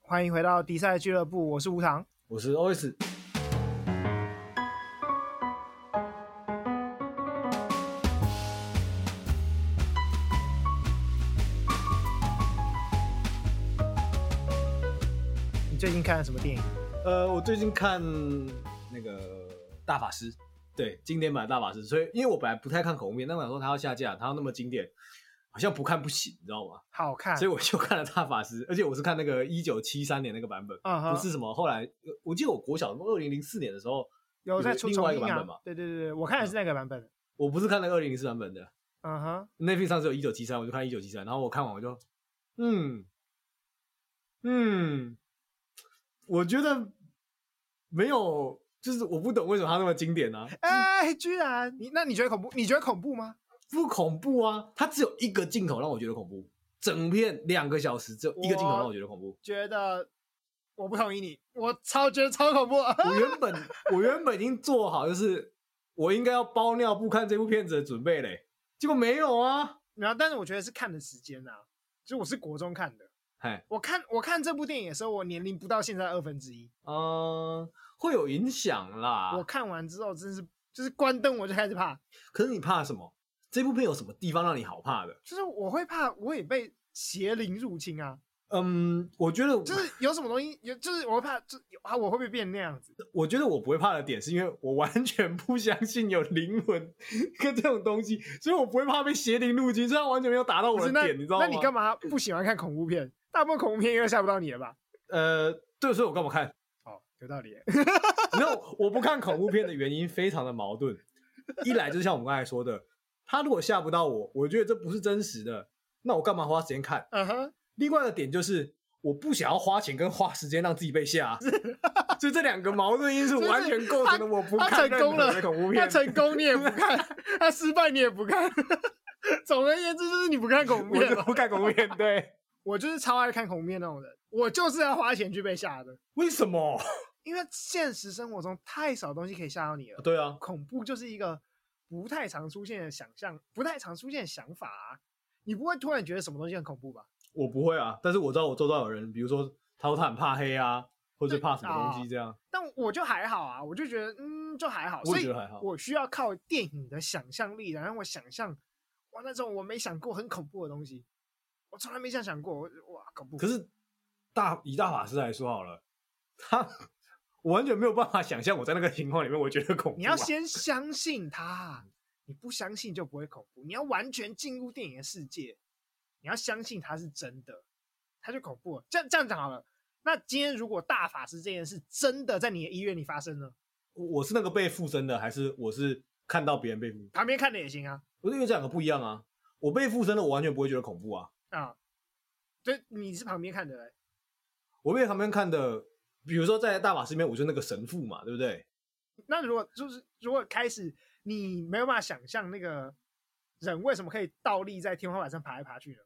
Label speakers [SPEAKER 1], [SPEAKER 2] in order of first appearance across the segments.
[SPEAKER 1] 欢迎回到迪赛俱乐部，我是吴糖。
[SPEAKER 2] 我是 OS，
[SPEAKER 1] 你最近看了什么电影？
[SPEAKER 2] 呃，我最近看那个大法师，对，经典版的大法师，所以因为我本来不太看恐怖片，但我想说它要下架，它要那么经典，好像不看不行，你知道吗？
[SPEAKER 1] 好看，
[SPEAKER 2] 所以我就看了大法师，而且我是看那个一九七三年那个版本，
[SPEAKER 1] 嗯哼
[SPEAKER 2] 不是什么后来，呃我记得我国小二零零四年的时候，
[SPEAKER 1] 有在出
[SPEAKER 2] 另外
[SPEAKER 1] 重
[SPEAKER 2] 一个
[SPEAKER 1] 映
[SPEAKER 2] 版
[SPEAKER 1] 啊
[SPEAKER 2] 本嘛？嗯
[SPEAKER 1] 对对对对，我看的是那个版本。
[SPEAKER 2] 我不是看那个二零零四版本的，
[SPEAKER 1] 嗯哼，
[SPEAKER 2] 那片上只有一九七三，我就看一九七三，然后我看完我就，嗯，嗯，我觉得没有，就是我不懂为什么它那么经典啊，
[SPEAKER 1] 哎、居然你那你觉得恐怖？你觉得恐怖吗？
[SPEAKER 2] 不恐怖啊，它只有一个镜头让我觉得恐怖，整片两个小时只有一个镜头让我觉得恐怖。
[SPEAKER 1] 觉得我不同意你，我超觉得超恐怖。
[SPEAKER 2] 我原本我原本已经做好就是我应该要包尿布看这部片子的准备嘞，结果没有啊，
[SPEAKER 1] 然后，但是我觉得是看的时间啊，就我是国中看的。
[SPEAKER 2] 哎，
[SPEAKER 1] 我看我看这部电影的时候，我年龄不到现在二分之一。
[SPEAKER 2] 嗯、会有影响啦。
[SPEAKER 1] 我看完之后，真是就是关灯我就开始怕，
[SPEAKER 2] 可是你怕什么？这部片有什么地方让你好怕的？
[SPEAKER 1] 就是我会怕我也被邪灵入侵啊，
[SPEAKER 2] 嗯，我觉得
[SPEAKER 1] 就是有什么东西有，就是我会怕，就有啊我会不会变那样子？
[SPEAKER 2] 我觉得我不会怕的点，是因为我完全不相信有灵魂跟这种东西，所以我不会怕被邪灵入侵。虽然完全没有打到
[SPEAKER 1] 不
[SPEAKER 2] 我
[SPEAKER 1] 是
[SPEAKER 2] 的
[SPEAKER 1] 那
[SPEAKER 2] 点，你知道吗？
[SPEAKER 1] 那你干嘛不喜欢看恐怖片？大部分恐怖片应该吓不到你了吧？
[SPEAKER 2] 呃，对，所以我干嘛看？
[SPEAKER 1] 哦，有道理。
[SPEAKER 2] 没有，我不看恐怖片的原因非常的矛盾。一来就是像我们刚才说的，他如果吓不到我，我觉得这不是真实的，那我干嘛花时间看？
[SPEAKER 1] 嗯哼，
[SPEAKER 2] 另外的点就是，我不想要花钱跟花时间让自己被 吓，所以这两个矛盾因素
[SPEAKER 1] 就是
[SPEAKER 2] 完全构成了我不
[SPEAKER 1] 他
[SPEAKER 2] 看
[SPEAKER 1] 成
[SPEAKER 2] 任
[SPEAKER 1] 功
[SPEAKER 2] 何
[SPEAKER 1] 了
[SPEAKER 2] 的恐怖
[SPEAKER 1] 他
[SPEAKER 2] 片。
[SPEAKER 1] 成功你也不看，他失败你也不看。 总而言之，就是你不看恐怖
[SPEAKER 2] 我
[SPEAKER 1] 片
[SPEAKER 2] 就
[SPEAKER 1] 吧。
[SPEAKER 2] 不看恐怖片，对？
[SPEAKER 1] 我就是超爱看恐怖片那种人，我就是要花钱去被吓的，
[SPEAKER 2] 为什么？
[SPEAKER 1] 因为现实生活中太少东西可以吓到你了。
[SPEAKER 2] 对啊，
[SPEAKER 1] 恐怖就是一个不太常出现的想象，不太常出现的想法、啊。你不会突然觉得什么东西很恐怖吧？
[SPEAKER 2] 我不会啊，但是我知道我周遭有人，比如说他说他很怕黑啊，或者怕什么东西这样，
[SPEAKER 1] 但我就还好啊，我就觉得嗯，就还好。
[SPEAKER 2] 我
[SPEAKER 1] 所
[SPEAKER 2] 也
[SPEAKER 1] 以
[SPEAKER 2] 觉得还好。
[SPEAKER 1] 我需要靠电影的想象力，然后我想象哇那种我没想过很恐怖的东西，我从来没这样想过。我哇，恐怖！
[SPEAKER 2] 可是大以大法师来说好了，他我完全没有办法想象我在那个情况里面，我觉得恐怖、啊。
[SPEAKER 1] 你要先相信它，你不相信就不会恐怖。你要完全进入电影的世界，你要相信它是真的，它就恐怖了。这样这样讲好了。那今天如果大法师这件事真的在你的医院里发生呢，
[SPEAKER 2] 我我是那个被附身的，还是我是看到别人被附？
[SPEAKER 1] 旁边看的也行啊
[SPEAKER 2] 我是因为这两个不一样啊。我被附身的，我完全不会觉得恐怖啊。
[SPEAKER 1] 啊，对，你是旁边看的、欸，
[SPEAKER 2] 我被旁边看的，比如说在大法师里面，我就那个神父嘛，对不对？
[SPEAKER 1] 那如果就是如果开始你没有办法想象那个人为什么可以倒立在天花板上爬来爬去呢？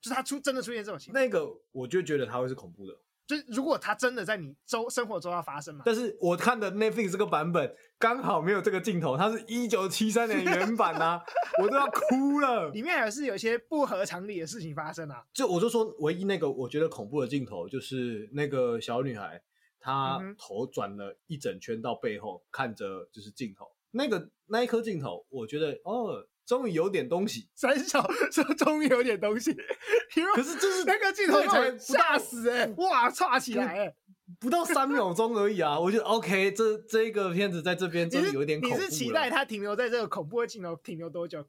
[SPEAKER 1] 就是他出真的出现这种情况，
[SPEAKER 2] 那个我就觉得他会是恐怖的。
[SPEAKER 1] 就是如果他真的在你周生活中要发生嘛，
[SPEAKER 2] 但是我看的 Netflix 这个版本刚好没有这个镜头，它是一九七三年原版啊，我都要哭了。
[SPEAKER 1] 里面还是有一些不合常理的事情发生啊。
[SPEAKER 2] 就我就说，唯一那个我觉得恐怖的镜头就是那个小女孩，她
[SPEAKER 1] 嗯哼
[SPEAKER 2] 头转了一整圈到背后，看着就是镜头，那个那一颗镜头，我觉得哦，终于有点东西。
[SPEAKER 1] 三小说终于有点东西，因为
[SPEAKER 2] 可是这 是
[SPEAKER 1] 那个镜头
[SPEAKER 2] 那也
[SPEAKER 1] 才
[SPEAKER 2] 才
[SPEAKER 1] 吓死哎、
[SPEAKER 2] 嗯
[SPEAKER 1] 哇，岔起来哎、
[SPEAKER 2] 不到三秒钟而已啊， 我觉得 OK，这这个片子在这边
[SPEAKER 1] 你
[SPEAKER 2] 真
[SPEAKER 1] 是
[SPEAKER 2] 的有一点恐
[SPEAKER 1] 你
[SPEAKER 2] 怖
[SPEAKER 1] 是期
[SPEAKER 2] 了
[SPEAKER 1] 待它停留在这个恐怖的镜头停留多久？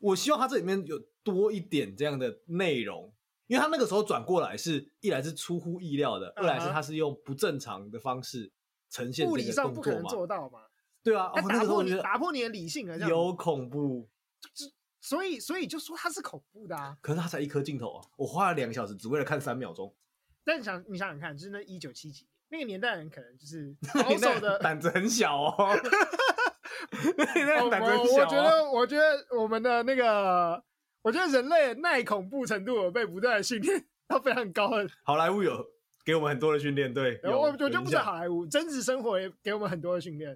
[SPEAKER 2] 我希望它这里面有多一点这样的内容，因为他那个时候转过来是一来是出乎意料的，
[SPEAKER 1] 嗯哼
[SPEAKER 2] 二来是他是用不正常的方式呈现
[SPEAKER 1] 物
[SPEAKER 2] 这
[SPEAKER 1] 理
[SPEAKER 2] 个
[SPEAKER 1] 上
[SPEAKER 2] 动
[SPEAKER 1] 不可
[SPEAKER 2] 作
[SPEAKER 1] 能做
[SPEAKER 2] 嘛。
[SPEAKER 1] 到嘛，
[SPEAKER 2] 对啊，
[SPEAKER 1] 它
[SPEAKER 2] 哦，那
[SPEAKER 1] 打
[SPEAKER 2] 个时候
[SPEAKER 1] 破
[SPEAKER 2] 我
[SPEAKER 1] 你、
[SPEAKER 2] 觉得
[SPEAKER 1] 打破你的理性了，这样
[SPEAKER 2] 有恐怖，
[SPEAKER 1] 所以所以就说它是恐怖的啊。
[SPEAKER 2] 可是他才一颗镜头啊，我花了两个小时只为了看三秒钟，
[SPEAKER 1] 但想你想想看，就是那一九七几年那个年代人，可能就是保
[SPEAKER 2] 你
[SPEAKER 1] 守
[SPEAKER 2] 那
[SPEAKER 1] 的。
[SPEAKER 2] 胆子很 小哦， 你那
[SPEAKER 1] 我
[SPEAKER 2] 个胆子很
[SPEAKER 1] 我
[SPEAKER 2] 小、
[SPEAKER 1] 我
[SPEAKER 2] 哦啊
[SPEAKER 1] 觉，得我觉得我们的那个，我觉得人类的耐恐怖程度有被不断的训练到非常高的。
[SPEAKER 2] 好莱坞有给我们很多的训练，对，
[SPEAKER 1] 然后我我
[SPEAKER 2] 有
[SPEAKER 1] 就不
[SPEAKER 2] 影
[SPEAKER 1] 是
[SPEAKER 2] 响
[SPEAKER 1] 好莱坞，真实生活也给我们很多的训练。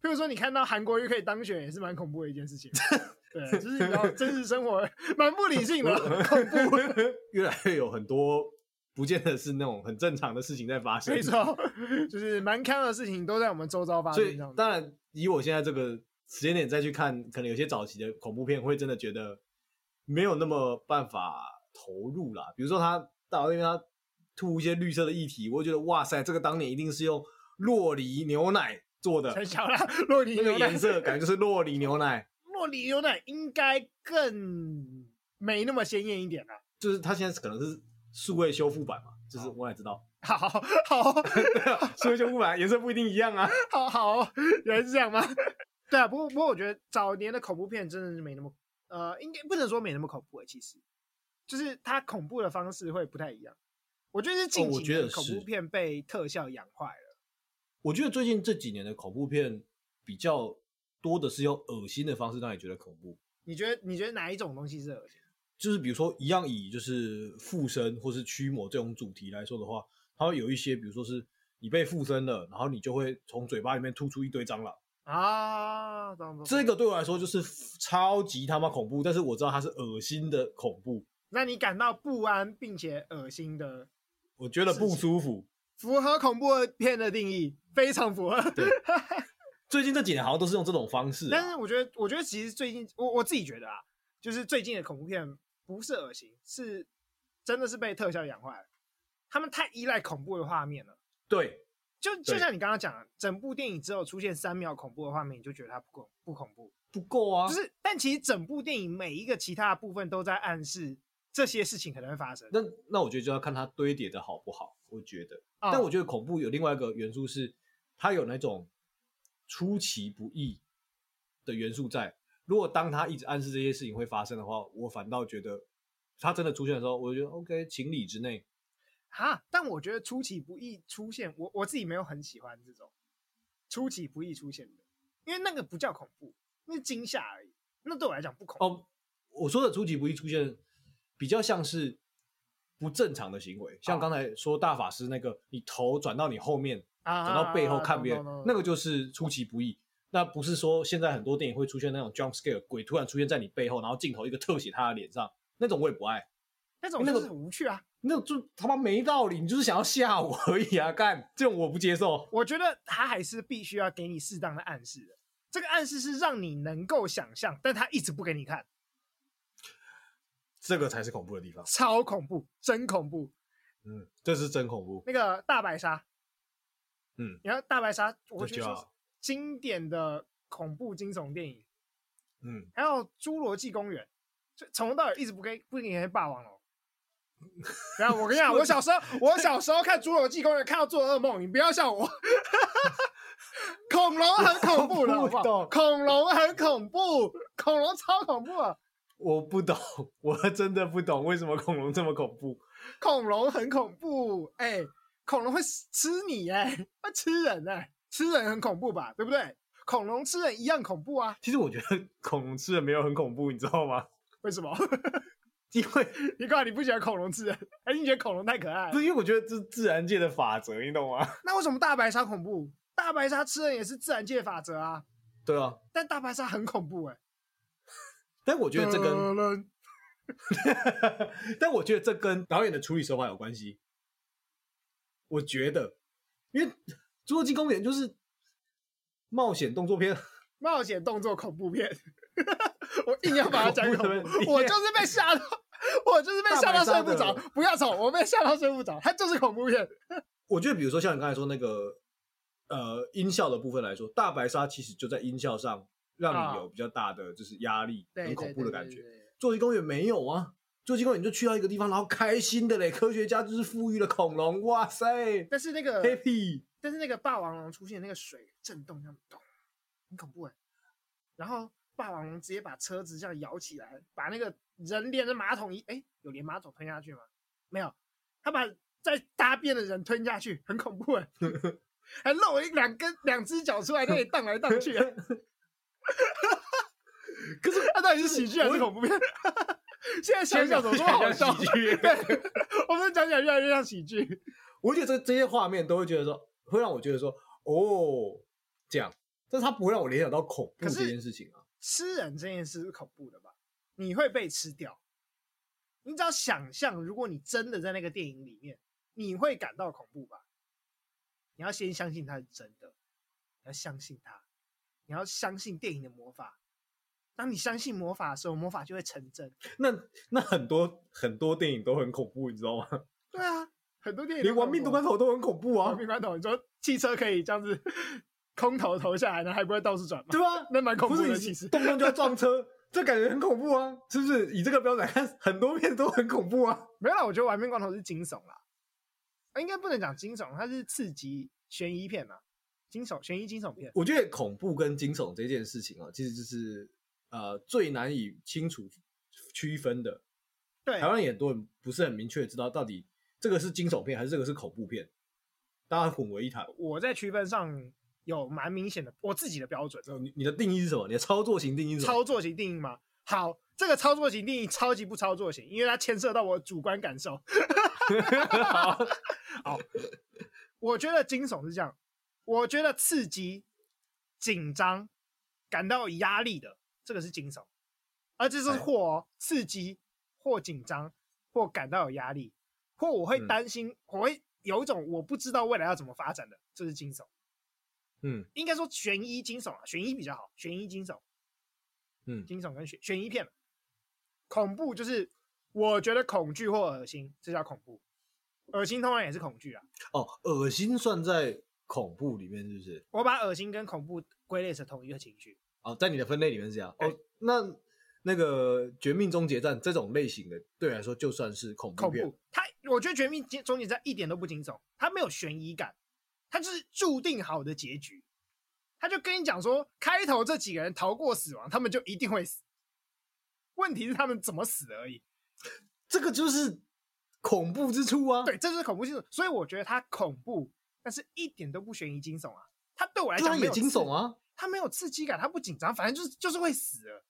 [SPEAKER 1] 譬如说，你看到韩国瑜可以当选，也是蛮恐怖的一件事 情。对，就是 你 知道，真实生活蛮不理性的，恐怖。
[SPEAKER 2] 越来越有很多不见得是那种很正常的事情在发生
[SPEAKER 1] 没。错，就是蛮康的事情都在我们周遭发
[SPEAKER 2] 所
[SPEAKER 1] 生
[SPEAKER 2] 以
[SPEAKER 1] 这样子。
[SPEAKER 2] 当然，以我现在这个时间点再去看，可能有些早期的恐怖片会真的觉得没有那么办法投入啦。比如说他大佬那边他吐一些绿色的液体，我会觉得哇塞，这个当年一定是用洛梨牛奶做的
[SPEAKER 1] 很，小啦，洛梨
[SPEAKER 2] 那个
[SPEAKER 1] 牛奶
[SPEAKER 2] 颜，色感觉就是洛梨牛奶。
[SPEAKER 1] 洛梨牛奶应该更没那么鲜艳一点啦。
[SPEAKER 2] 就是他现在可能是数位修复版嘛，就是
[SPEAKER 1] 好
[SPEAKER 2] 我也知道，
[SPEAKER 1] 好好
[SPEAKER 2] 数位修复版颜色不一定一样啊。
[SPEAKER 1] 好好，原来是这样吗？对啊，不过不过我觉得早年的恐怖片真的是没那么呃，应该不能说没那么恐怖、欸，其实就是它恐怖的方式会不太一样。我觉得是近
[SPEAKER 2] 哦我
[SPEAKER 1] 几
[SPEAKER 2] 觉得
[SPEAKER 1] 年恐怖
[SPEAKER 2] 是
[SPEAKER 1] 片被特效养坏了。
[SPEAKER 2] 我觉得最近这几年的恐怖片比较多的是用恶心的方式让你觉得恐怖，
[SPEAKER 1] 你觉得你觉得哪一种东西是恶心？
[SPEAKER 2] 就是比如说一样以就是附身或是驱魔这种主题来说的话，它会有一些，比如说是你被附身了，然后你就会从嘴巴里面吐出一堆蟑螂，
[SPEAKER 1] 啊？懂懂
[SPEAKER 2] 这个对我来说就是超级他妈恐怖，但是我知道它是恶心的恐怖，
[SPEAKER 1] 让你感到不安并且恶心的，
[SPEAKER 2] 我觉得不舒服。
[SPEAKER 1] 符合恐怖片的定义，非常符合。
[SPEAKER 2] 对最近这几年好像都是用这种方式、
[SPEAKER 1] 但
[SPEAKER 2] 啊，
[SPEAKER 1] 是我觉得，我觉得其实最近我我自己觉得啊，就是最近的恐怖片不是恶心，是真的是被特效养坏了。他们太依赖恐怖的画面了，
[SPEAKER 2] 对，
[SPEAKER 1] 就就
[SPEAKER 2] 对
[SPEAKER 1] 像你刚刚讲的，整部电影只有出现三秒恐怖的画面，你就觉得它不恐不恐怖。
[SPEAKER 2] 不够啊，
[SPEAKER 1] 就是，但其实整部电影每一个其他的部分都在暗示这些事情可能会发生。
[SPEAKER 2] 那那我觉得就要看它堆叠的好不好，我觉得。
[SPEAKER 1] 哦
[SPEAKER 2] 但我觉得恐怖有另外一个元素是，它有那种出其不意的元素在。如果当它一直暗示这些事情会发生的话，我反倒觉得它真的出现的时候，我就觉得 OK，情理之内。
[SPEAKER 1] 哈，但我觉得出其不意出现，我我自己没有很喜欢这种出其不意出现的，因为那个不叫恐怖，那是惊吓而已。那对我来讲不恐怖。
[SPEAKER 2] 哦，我说的出其不意出现，比较像是不正常的行为，像
[SPEAKER 1] 哦
[SPEAKER 2] 刚才说大法师那个，你头转到你后面，
[SPEAKER 1] 啊，
[SPEAKER 2] 转到背后看别人
[SPEAKER 1] 懂懂，
[SPEAKER 2] 那
[SPEAKER 1] 懂
[SPEAKER 2] 个就是出其不意。那不是说现在很多电影会出现那种 jump scare 鬼突然出现在你背后，然后镜头一个特写他的脸上，那种我也不爱，
[SPEAKER 1] 那种
[SPEAKER 2] 那
[SPEAKER 1] 就
[SPEAKER 2] 个
[SPEAKER 1] 是很无趣啊。
[SPEAKER 2] 那种就他妈没道理，你就是想要吓我而已啊！干这种我不接受。
[SPEAKER 1] 我觉得他还是必须要给你适当的暗示的，这个暗示是让你能够想象，但他一直不给你看，
[SPEAKER 2] 这个才是恐怖的地方，
[SPEAKER 1] 超恐怖，真恐怖。
[SPEAKER 2] 嗯，这是真恐怖。
[SPEAKER 1] 那个大白鲨，
[SPEAKER 2] 嗯，
[SPEAKER 1] 然后大白鲨，我
[SPEAKER 2] 这
[SPEAKER 1] 觉得
[SPEAKER 2] 就
[SPEAKER 1] 说
[SPEAKER 2] 要
[SPEAKER 1] 是经典的恐怖惊悚电影。
[SPEAKER 2] 嗯，
[SPEAKER 1] 还有《侏罗纪公园》，就从头到尾一直不给不给你看霸王龙。然后我跟 你讲，我小时候我小时候看《侏罗纪公园》，看到做噩梦，你不要笑我。恐龙很恐怖的，好不
[SPEAKER 2] 我不
[SPEAKER 1] 好？
[SPEAKER 2] 懂
[SPEAKER 1] 恐龙很恐怖，恐龙超恐怖的，
[SPEAKER 2] 我不懂，我真的不懂为什么恐龙这么恐怖。
[SPEAKER 1] 恐龙很恐怖。哎、恐龙会吃你哎、会吃人哎、吃人很恐怖吧？对不对？恐龙吃人一样恐怖啊？
[SPEAKER 2] 其实我觉得恐龙吃人没有很恐怖，你知道吗？
[SPEAKER 1] 为什么？
[SPEAKER 2] 因为
[SPEAKER 1] 你告诉我你不喜欢恐龙吃人，还是你觉得恐龙太可爱了？
[SPEAKER 2] 不是因为我觉得这是自然界的法则，你懂吗？
[SPEAKER 1] 那为什么大白鲨恐怖？大白鲨吃人也是自然界法则啊，
[SPEAKER 2] 对啊，
[SPEAKER 1] 但大白鲨很恐怖哎、
[SPEAKER 2] 但我
[SPEAKER 1] 我
[SPEAKER 2] 觉得这跟
[SPEAKER 1] 嗯
[SPEAKER 2] 但我觉得这跟导演的处理手法有关系。我觉得，因为《侏罗纪公园》就是冒险动作片，
[SPEAKER 1] 冒险动作恐怖片， 我硬要把它讲恐
[SPEAKER 2] 恐怖
[SPEAKER 1] 怖，
[SPEAKER 2] 的片
[SPEAKER 1] 我就是被吓到，我就是被吓到睡不
[SPEAKER 2] 大
[SPEAKER 1] 着
[SPEAKER 2] 白鲨。
[SPEAKER 1] 不要吵，我被吓到睡不着，它就是恐怖片。
[SPEAKER 2] 我觉得，比如说像你刚才说那个呃音效的部分来说，大白鲨其实就在音效上让
[SPEAKER 1] 啊
[SPEAKER 2] 你有比较大的就是压力，
[SPEAKER 1] 对，
[SPEAKER 2] 很恐怖的感
[SPEAKER 1] 对。
[SPEAKER 2] 觉。《
[SPEAKER 1] 对对对
[SPEAKER 2] 侏罗纪公园》没有啊，《侏罗纪公园》就去到一个地方，然后开心的嘞，科学家就是富裕了恐龙，哇塞
[SPEAKER 1] 但是那个，
[SPEAKER 2] ，happy。
[SPEAKER 1] 但是那个霸王龙出现那个水震动，这样咚，很恐怖哎、然后霸王龙直接把车子这样摇起来，把那个人连着马桶一，哎，有连马桶吞下去吗？没有，他把在大便的人吞下去，很恐怖哎、还露一两根两只脚出来，那里荡来荡去、欸。
[SPEAKER 2] 可是
[SPEAKER 1] 他到底是喜剧还是
[SPEAKER 2] 我
[SPEAKER 1] 恐怖片？现在想想怎么这么好笑？
[SPEAKER 2] 喜 剧
[SPEAKER 1] 对，我们讲起来越来越像喜剧。
[SPEAKER 2] 我觉得这这些画面都会觉得说，会让我觉得说，哦，这样，但是它不会让我联想到恐怖
[SPEAKER 1] 可是
[SPEAKER 2] 这件事情啊。
[SPEAKER 1] 吃人这件事是恐怖的吧？你会被吃掉。你只要想象，如果你真的在那个电影里面，你会感到恐怖吧？你要先相信它是真的，你要相信它，你要相信电影的魔法。当你相信魔法的时候，魔法就会成真。
[SPEAKER 2] 那那很多很多电影都很恐怖，你知道吗？
[SPEAKER 1] 对啊，很多电影
[SPEAKER 2] 连《亡命
[SPEAKER 1] 都
[SPEAKER 2] 关关头》都很恐怖
[SPEAKER 1] 亡
[SPEAKER 2] 啊，
[SPEAKER 1] 命关头，你说汽车可以这样子 空投投下来，然后还不会到处转吗？
[SPEAKER 2] 对吧、
[SPEAKER 1] 那蛮恐
[SPEAKER 2] 不
[SPEAKER 1] 怖
[SPEAKER 2] 是
[SPEAKER 1] 的，
[SPEAKER 2] 你
[SPEAKER 1] 其实。
[SPEAKER 2] 动不动就要撞车， 这感觉很恐怖啊，是不是？以这个标准来看，很多片都很恐怖啊。
[SPEAKER 1] 没有啦，我觉得《玩命关头》是惊悚啦，啊，应该不能讲惊悚，它是刺激悬疑片嘛，惊悚悬疑惊悚片。
[SPEAKER 2] 我觉得恐怖跟惊悚这件事情啊，其实就是呃最难以清楚区分的。
[SPEAKER 1] 对
[SPEAKER 2] 台，湾也很多人不是很明确知道到底这个是惊悚片还是这个是恐怖片，大家混为一谈。
[SPEAKER 1] 我在区分上有蛮明显的我自己的标准，
[SPEAKER 2] 哦你你的定义是什啊么？你的操作型定义是什 么？
[SPEAKER 1] 操作型定义嘛。好，这个操作型定义超级不操作型，因为它牵涉到我主观感受。
[SPEAKER 2] 好
[SPEAKER 1] 我觉得惊悚是这样，我觉得刺激、紧张、感到压力的，这个是惊悚，而这是
[SPEAKER 2] 哎
[SPEAKER 1] 或、哦、刺激或紧张或感到有压力，或我会
[SPEAKER 2] 嗯
[SPEAKER 1] 担心，我会有一种我不知道未来要怎么发展的，这是惊悚。
[SPEAKER 2] 嗯
[SPEAKER 1] 应该说悬疑惊悚啊，悬疑比较好，悬疑惊悚，
[SPEAKER 2] 嗯
[SPEAKER 1] 惊悚跟悬悬疑片嘛。恐怖就是我觉得恐惧或恶心，这叫恐怖。恶心通常也是恐惧啊，
[SPEAKER 2] 哦，恶心算在恐怖里面是不是？
[SPEAKER 1] 我把恶心跟恐怖归类成同一个情绪。
[SPEAKER 2] 哦，在你的分类里面是这样。
[SPEAKER 1] 对
[SPEAKER 2] 哦，那那个《绝命终结站》这种类型的，对我来说就算是恐怖
[SPEAKER 1] 恐
[SPEAKER 2] 片。
[SPEAKER 1] 怖。它，我觉得《绝命终结站》一点都不惊悚，它没有悬疑感，它就是注定好的结局。他就跟你讲说，开头这几个人逃过死亡，他们就一定会死。问题是他们怎么死的而已。
[SPEAKER 2] 这个就是恐怖之处啊。
[SPEAKER 1] 对，，这就是恐怖惊悚，所以我觉得它恐怖，但是一点都不悬疑惊悚啊。它对我来
[SPEAKER 2] 当
[SPEAKER 1] 讲
[SPEAKER 2] 然
[SPEAKER 1] 没
[SPEAKER 2] 也
[SPEAKER 1] 有
[SPEAKER 2] 惊
[SPEAKER 1] 刺
[SPEAKER 2] 悚，啊。
[SPEAKER 1] 它没有刺激感，它不紧张，反正就是就是会死了。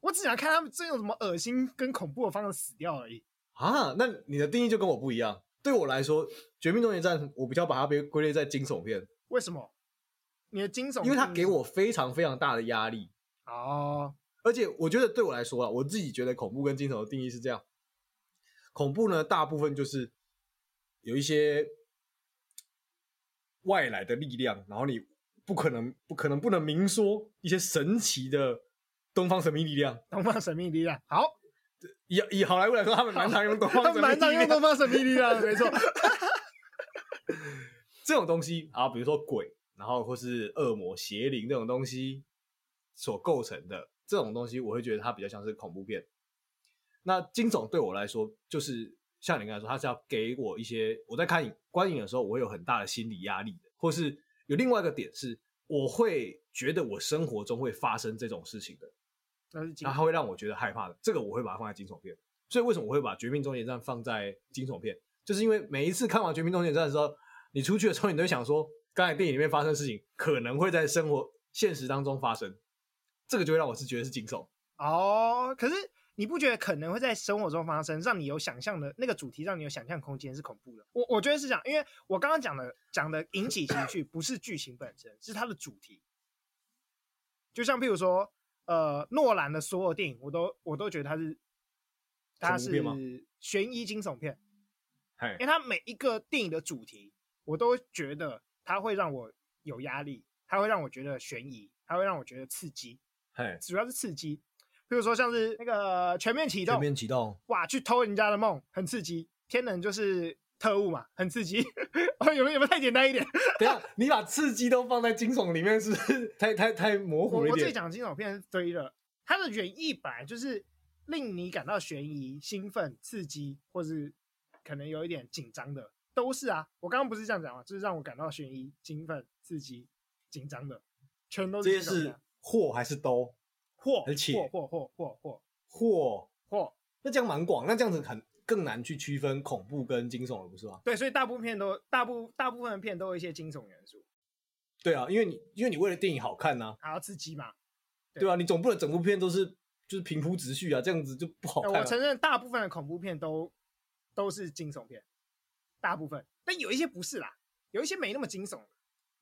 [SPEAKER 1] 我只想看他们真有什么恶心跟恐怖的方式死掉而已。
[SPEAKER 2] 啊，那你的定义就跟我不一样。对我来说，《绝命终结站》我比较把它被归类在惊悚片，
[SPEAKER 1] 为什么？你的惊悚，
[SPEAKER 2] 因为它给我非常非常大的压力。
[SPEAKER 1] 哦，
[SPEAKER 2] 而且我觉得对我来说啊，我自己觉得恐怖跟惊悚的定义是这样：恐怖呢，大部分就是有一些外来的力量，然后你不可能、不可能、不能明说一些神奇的东方神秘力量。
[SPEAKER 1] 东方神秘力量。好，
[SPEAKER 2] 以以好莱坞来说，他们蛮常用东方
[SPEAKER 1] 他
[SPEAKER 2] 神秘力
[SPEAKER 1] 们
[SPEAKER 2] 量，
[SPEAKER 1] 蛮常用东方神秘力 量的，没错。
[SPEAKER 2] 这种东西啊，比如说鬼，然后或是恶魔、邪灵这种东西所构成的这种东西，我会觉得它比较像是恐怖片。那惊悚对我来说，就是像你刚才说，它是要给我一些我在看影观影的时候，我会有很大的心理压力的，或是有另外一个点是，我会觉得我生活中会发生这种事情的，
[SPEAKER 1] 那是惊
[SPEAKER 2] 然后它会让我觉得害怕的。这个我会把它放在惊悚片。所以为什么我会把《绝命终结站》放在惊悚片？就是因为每一次看完《绝命终结站》的时候，你出去的时候，你都会想说，刚才电影里面发生的事情可能会在生活现实当中发生，这个就会让我是觉得是惊悚。
[SPEAKER 1] 哦，可是你不觉得可能会在生活中发生，让你有想象的那个主题，让你有想象空间是恐怖的？我我觉得是这样，因为我刚刚讲的讲的引起情绪，不是剧情本 身，是它的主题。就像譬如说，呃，诺兰的所有电影，我都我都觉得它是它
[SPEAKER 2] 恐怖片吗
[SPEAKER 1] 是悬疑惊悚片，
[SPEAKER 2] 嘿
[SPEAKER 1] 因为它每一个电影的主题，我都觉得它会让我有压力，它会让我觉得悬疑，它会让我觉得刺激。
[SPEAKER 2] 嘿，
[SPEAKER 1] 主要是刺激，比如说像是那个全面启
[SPEAKER 2] 全
[SPEAKER 1] 动，
[SPEAKER 2] 面启动，
[SPEAKER 1] 哇，去偷人家的梦，很刺激。天能就是特务嘛，很刺激。 哦，有没有有没有太简单一点？
[SPEAKER 2] 等一下你把刺激都放在惊悚里面，是不是太太太模
[SPEAKER 1] 我
[SPEAKER 2] 糊了一
[SPEAKER 1] 我自己
[SPEAKER 2] 点？
[SPEAKER 1] 讲的惊悚片是对的，它的原意本来就是令你感到悬疑、兴奋、刺激，或是可能有一点紧张的，都是啊。我刚刚不是这样讲嘛，就是让我感到悬疑、兴奋、刺激、紧张的，全都
[SPEAKER 2] 这
[SPEAKER 1] 是
[SPEAKER 2] 些
[SPEAKER 1] 惊悚片
[SPEAKER 2] 是
[SPEAKER 1] 啊
[SPEAKER 2] 或还是都
[SPEAKER 1] 或
[SPEAKER 2] 而且
[SPEAKER 1] 或或或或或
[SPEAKER 2] 或？
[SPEAKER 1] 或
[SPEAKER 2] 那这样蛮广，那这样子很更难去区分恐怖跟惊悚了，不是吗？
[SPEAKER 1] 对，所以大部分片都大部大部分的片都有一些惊悚元素，
[SPEAKER 2] 对啊，因为你因为你为了电影好看呐、
[SPEAKER 1] 还要刺激嘛。对
[SPEAKER 2] 对啊，你总不能整部片都是就是平铺直叙啊，这样子就不好
[SPEAKER 1] 呃
[SPEAKER 2] 看、
[SPEAKER 1] 我
[SPEAKER 2] 了。
[SPEAKER 1] 承认大部分的恐怖片都都是惊悚片，大部分，但有一些不是啦，有一些没那么惊悚，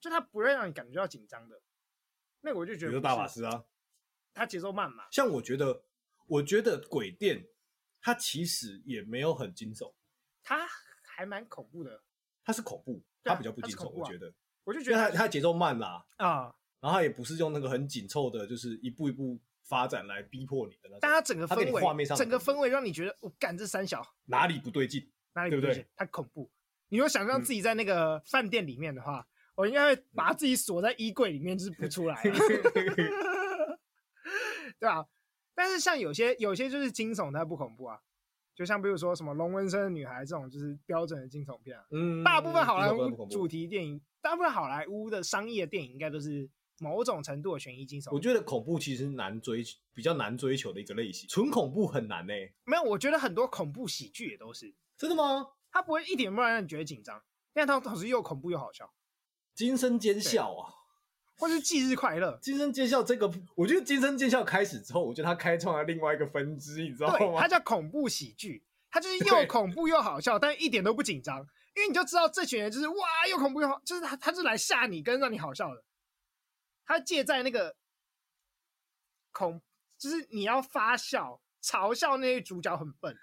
[SPEAKER 1] 就它不会让你感觉到紧张的。那个我就觉
[SPEAKER 2] 比
[SPEAKER 1] 得不是
[SPEAKER 2] 如说大法，师啊，
[SPEAKER 1] 它节奏慢嘛，
[SPEAKER 2] 像我觉得，我觉得鬼店它其实也没有很惊悚，
[SPEAKER 1] 它还蛮恐怖的，
[SPEAKER 2] 它是恐怖，
[SPEAKER 1] 对啊
[SPEAKER 2] 它比较不
[SPEAKER 1] 它是
[SPEAKER 2] 紧凑，
[SPEAKER 1] 恐怖
[SPEAKER 2] 我
[SPEAKER 1] 啊
[SPEAKER 2] 觉得，
[SPEAKER 1] 我就觉
[SPEAKER 2] 因为它
[SPEAKER 1] 得
[SPEAKER 2] 它节奏慢啦，
[SPEAKER 1] 啊，
[SPEAKER 2] 然后它也不是用那个很紧凑的，就是一步一步发展来逼迫你的那
[SPEAKER 1] 但它
[SPEAKER 2] 种，
[SPEAKER 1] 整个
[SPEAKER 2] 它给
[SPEAKER 1] 氛
[SPEAKER 2] 你画面
[SPEAKER 1] 围，
[SPEAKER 2] 上的
[SPEAKER 1] 整个
[SPEAKER 2] 感觉
[SPEAKER 1] 氛围让你觉得我干这三小
[SPEAKER 2] 哪里不对劲？
[SPEAKER 1] 哪里
[SPEAKER 2] 对不
[SPEAKER 1] 对
[SPEAKER 2] 对？
[SPEAKER 1] 它恐怖。你如果想象
[SPEAKER 2] 嗯
[SPEAKER 1] 自己在那个饭店里面的话，我应该会把自己锁在衣柜里面，就是不出来 啊。对啊，但是像有些有些就是惊悚，它不恐怖啊，就像比如说什么《龙纹身的女孩》这种，就是标准的惊悚片、啊。
[SPEAKER 2] 嗯，
[SPEAKER 1] 大部分好莱
[SPEAKER 2] 不恐怖
[SPEAKER 1] 坞
[SPEAKER 2] 不恐
[SPEAKER 1] 主
[SPEAKER 2] 怖，
[SPEAKER 1] 题电影，大部分好莱坞的商业电影应该都是某种程度的悬疑惊悚
[SPEAKER 2] 我。觉得恐怖其实难追，比较难追求的一个类型，纯恐怖很难呢、
[SPEAKER 1] 没有，我觉得很多恐怖喜剧也都是，
[SPEAKER 2] 真的吗？
[SPEAKER 1] 它不会一点不让你觉得紧张，但它同时又恐怖又好笑，
[SPEAKER 2] 惊声尖笑啊！
[SPEAKER 1] 或是忌日快乐。
[SPEAKER 2] 惊声尖笑这个，我觉得惊声尖笑开始之后，我觉得它开创了另外一个分支，你知道
[SPEAKER 1] 对，
[SPEAKER 2] 吗
[SPEAKER 1] 它？叫恐怖喜剧，它就是
[SPEAKER 2] 对
[SPEAKER 1] 又恐怖又好笑，但一点都不紧张，因为你就知道这群人就是哇，又恐怖又好，就是他他是来吓你跟让你好笑的，他借在那个恐，就是你要发笑嘲笑那些主角很笨，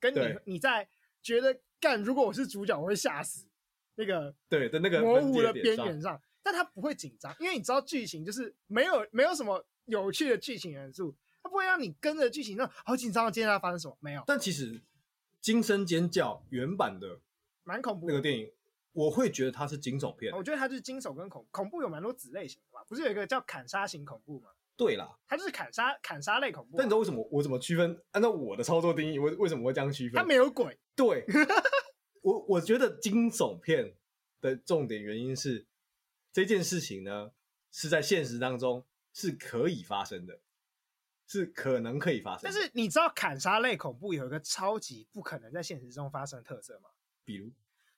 [SPEAKER 1] 跟你
[SPEAKER 2] 对
[SPEAKER 1] 你在觉得干，如果我是主角我会吓死那个
[SPEAKER 2] 对的那个
[SPEAKER 1] 模
[SPEAKER 2] 分
[SPEAKER 1] 糊
[SPEAKER 2] 界
[SPEAKER 1] 的
[SPEAKER 2] 点
[SPEAKER 1] 边
[SPEAKER 2] 上
[SPEAKER 1] 缘上，但他不会紧张，因为你知道剧情就是没有没有什么有趣的剧情元素，他不会让你跟着剧情那种好紧张，接下来发生什么没有，
[SPEAKER 2] 但其实惊声尖叫原版的
[SPEAKER 1] 蛮恐怖
[SPEAKER 2] 那
[SPEAKER 1] 的。
[SPEAKER 2] 个电影，我会觉得它是惊悚片。
[SPEAKER 1] 我觉得它就是惊悚跟恐恐怖有蛮多子类型的吧，不是有一个叫砍杀型恐怖吗？
[SPEAKER 2] 对啦，
[SPEAKER 1] 它就是砍杀砍杀类恐怖啊、
[SPEAKER 2] 但你知道为什么我怎么区分？按照我的操作定义，我为什么会这样区 分？
[SPEAKER 1] 它没有鬼，
[SPEAKER 2] 对，我我觉得惊悚片的重点原因是这件事情呢是在现实当中是可以发生的，是可能可以发生的。
[SPEAKER 1] 但是你知道砍杀类恐怖有一个超级不可能在现实中发生的特色吗？
[SPEAKER 2] 比如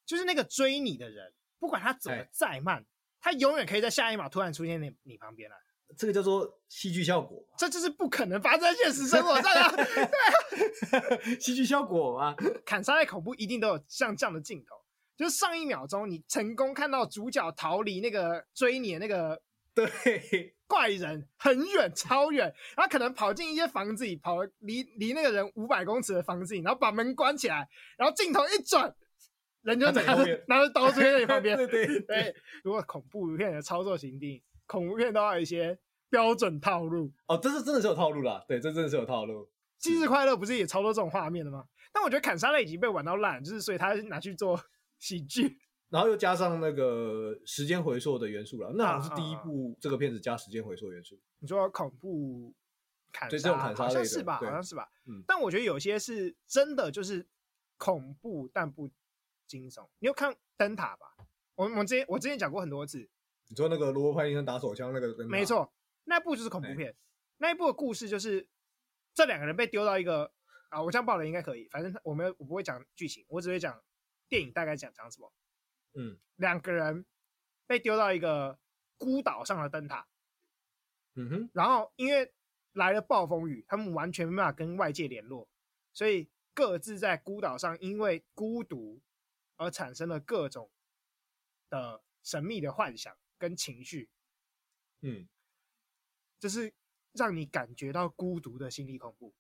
[SPEAKER 1] 就是那个追你的人，不管他走的
[SPEAKER 2] 哎
[SPEAKER 1] 再慢，他永远可以在下一秒突然出现在你你旁边来。啊
[SPEAKER 2] 这个叫做戏剧效果嘛，
[SPEAKER 1] 这就是不可能发生在现实生活上啊！
[SPEAKER 2] 戏剧效果嘛，
[SPEAKER 1] 砍杀类恐怖一定都有像这样的镜头，就是上一秒钟你成功看到主角逃离那个追你的那个
[SPEAKER 2] 对，
[SPEAKER 1] 怪人很远超远，然后可能跑进一些房子里，跑离离那个人五百公尺的房子里，然后把门关起来，然后镜头一转，人就
[SPEAKER 2] 他在
[SPEAKER 1] 拿
[SPEAKER 2] 你
[SPEAKER 1] 着
[SPEAKER 2] 后面
[SPEAKER 1] 拿着刀追在你旁边。
[SPEAKER 2] 对对对。
[SPEAKER 1] 对，如果恐怖片的操作型定义，恐怖片都要有一些标准套路。
[SPEAKER 2] 哦，这是真的是有套路啦，对，这真的是有套路。
[SPEAKER 1] 《今日快乐》不是也超多这种画面的吗？但我觉得砍杀类已经被玩到烂，就是所以他拿去做喜剧。
[SPEAKER 2] 然后又加上那个时间回溯的元素了，那好像是第一
[SPEAKER 1] 啊啊啊
[SPEAKER 2] 部这个片子加时间回溯元素。
[SPEAKER 1] 你说恐怖砍
[SPEAKER 2] 对
[SPEAKER 1] 杀，
[SPEAKER 2] 这种砍杀
[SPEAKER 1] 好像
[SPEAKER 2] 类
[SPEAKER 1] 是
[SPEAKER 2] 的
[SPEAKER 1] 吧？好
[SPEAKER 2] 对
[SPEAKER 1] 像是吧。
[SPEAKER 2] 嗯
[SPEAKER 1] 但我觉得有些是真的就是恐怖但不惊悚。你有看《灯塔》吧？我我之前我之前讲过很多次，
[SPEAKER 2] 你说那个罗伯·派丁森打手枪那个，
[SPEAKER 1] 没，错，那部就是恐怖
[SPEAKER 2] 哎
[SPEAKER 1] 片。那一部的故事就是这两个人被丢到一个啊，我这样报了应该可以，反正我没有我不会讲剧情，我只会讲电影大概讲讲什么。
[SPEAKER 2] 嗯
[SPEAKER 1] 两个人被丢到一个孤岛上的灯塔，
[SPEAKER 2] 嗯哼，
[SPEAKER 1] 然后因为来了暴风雨，他们完全没办法跟外界联络，所以各自在孤岛上因为孤独而产生了各种的神秘的幻想跟情绪，
[SPEAKER 2] 嗯，
[SPEAKER 1] 这是让你感觉到孤独的心理恐怖。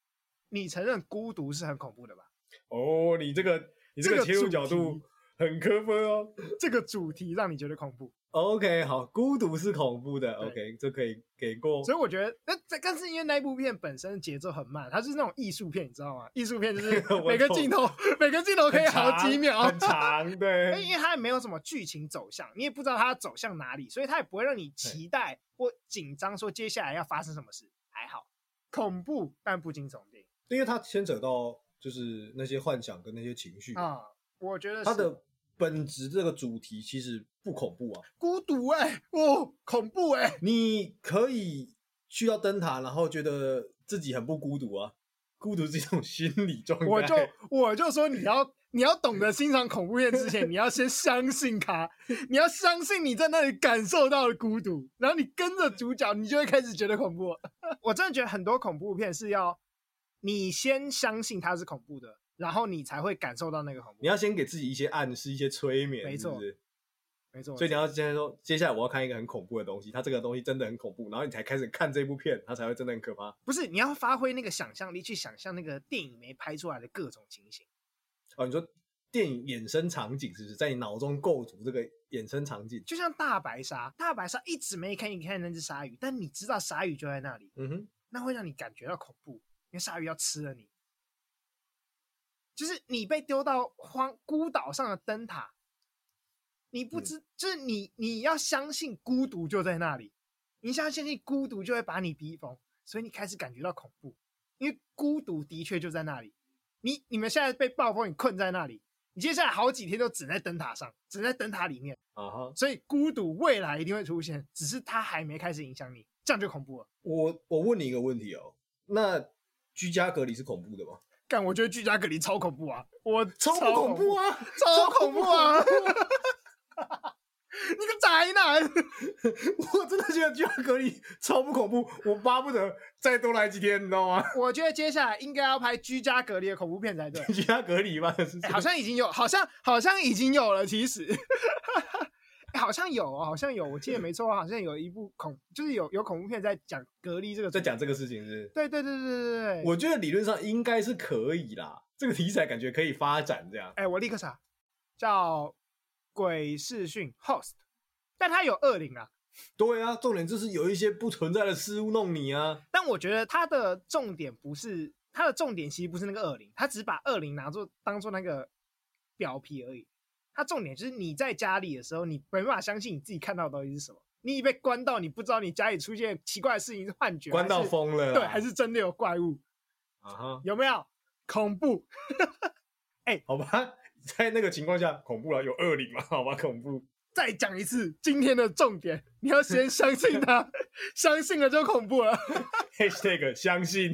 [SPEAKER 1] 你承认孤独是很恐怖的吧？
[SPEAKER 2] 哦，你这个你这
[SPEAKER 1] 这个
[SPEAKER 2] 个切入角
[SPEAKER 1] 主
[SPEAKER 2] 度
[SPEAKER 1] 题
[SPEAKER 2] 很科分哦。
[SPEAKER 1] 这个主题让你觉得恐怖，
[SPEAKER 2] OK，好，孤独是恐怖的
[SPEAKER 1] 对
[SPEAKER 2] ，OK，这可以给过
[SPEAKER 1] 所。以我觉得，那这但是因为那一部片本身节奏很慢，它是那种艺术片，你知道吗？艺术片就是
[SPEAKER 2] 我
[SPEAKER 1] 每个
[SPEAKER 2] 懂
[SPEAKER 1] 镜头，每个镜头可以
[SPEAKER 2] 很
[SPEAKER 1] 好几
[SPEAKER 2] 长
[SPEAKER 1] 秒，
[SPEAKER 2] 很 长，
[SPEAKER 1] 因为
[SPEAKER 2] 对，
[SPEAKER 1] 因为它也没有什么剧情走向，你也不知道它要走向哪里，所以它也不会让你期待或紧张，说接下来要发生什么事。还好，恐怖但不惊悚电影
[SPEAKER 2] 因为它牵扯到就是那些幻想跟那些情绪，
[SPEAKER 1] 啊、我觉得
[SPEAKER 2] 嗯它
[SPEAKER 1] 是
[SPEAKER 2] 的本质这个主题其实不恐怖啊，
[SPEAKER 1] 孤独哎、哦，恐怖哎、
[SPEAKER 2] 你可以去到灯塔，然后觉得自己很不孤独啊，孤独是一种 心理状态。
[SPEAKER 1] 我就我就说你要你要懂得欣赏恐怖片之前，你要先相信它， 你要相信你在那里感受到了孤独，然后你跟着主角，你就会开始觉得恐怖。 我真的觉得很多恐怖片是要你先相信它是恐怖的，然后你才会感受到那个恐怖
[SPEAKER 2] 你。要先给自己一些暗示，一些催眠，
[SPEAKER 1] 没错
[SPEAKER 2] 是不是
[SPEAKER 1] 没错，
[SPEAKER 2] 所以你要先说，接下来我要看一个很恐怖的东西，它这个东西真的很恐怖，然后你才开始看这部片，它才会真的很可怕。
[SPEAKER 1] 不是你要发挥那个想象力去想象那个电影没拍出来的各种情形。
[SPEAKER 2] 哦，你说电影衍生场景，是不是在你脑中构筑这个衍生场景？
[SPEAKER 1] 就像大白鲨，大白鲨一直没看一看那只鲨鱼，但你知道鲨鱼就在那里，
[SPEAKER 2] 嗯哼，
[SPEAKER 1] 那会让你感觉到恐怖，因为鲨鱼要吃了你。就是你被丢到荒孤岛上的灯塔，你不知，就是你你要相信孤独就在那里，你想要相信孤独就会把你逼疯，所以你开始感觉到恐怖，因为孤独的确就在那里。你你们现在被暴风雨困在那里，你接下来好几天都只能在灯塔上，只能在灯塔里面。
[SPEAKER 2] 啊哈，
[SPEAKER 1] 所以孤独未来一定会出现，只是它还没开始影响你，这样就恐怖了。
[SPEAKER 2] 我我问你一个问题哦，那居家隔离是恐怖的吗？
[SPEAKER 1] 干，我觉得居家隔离超恐怖啊！我
[SPEAKER 2] 超不恐怖啊，
[SPEAKER 1] 超恐怖啊
[SPEAKER 2] 超不恐怖啊
[SPEAKER 1] 你个宅男！
[SPEAKER 2] 我真的觉得居家隔离超不恐怖，我巴不得再多来几天，你知道吗？
[SPEAKER 1] 我觉得接下来应该要拍居家隔离的恐怖片才对。
[SPEAKER 2] 居家隔离吧，是不是
[SPEAKER 1] 哎好像已经有，好像好像已经有了，其实。哎好像有哦，好像有，我记得没错，好像有一部恐，就是有有恐怖片在讲隔离这个，
[SPEAKER 2] 在讲这个事情是不是。
[SPEAKER 1] 对对对对对对对。
[SPEAKER 2] 我觉得理论上应该是可以啦，这个题材感觉可以发展这样。
[SPEAKER 1] 哎、我立刻查，叫鬼视讯 host，但它有恶灵啊。
[SPEAKER 2] 对啊，重点就是有一些不存在的事物弄你啊。
[SPEAKER 1] 但我觉得它的重点不是它的重点，其实不是那个恶灵，它只是把恶灵拿做当做那个表皮而已。它重点就是你在家里的时候，你没办法相信你自己看到的东西是什么，你已被关到，你不知道你家里出现奇怪的事情是幻觉，
[SPEAKER 2] 关到
[SPEAKER 1] 还是
[SPEAKER 2] 疯了啦，
[SPEAKER 1] 对，还是真的有怪物，
[SPEAKER 2] 啊哈？
[SPEAKER 1] 有没有恐怖？
[SPEAKER 2] 好吧， 在那个情况下恐怖了，有恶灵嘛？好吧，恐怖。
[SPEAKER 1] 再讲一次今天的重点，你要先相信它， 相信了就恐怖了，
[SPEAKER 2] #hashtag 相信。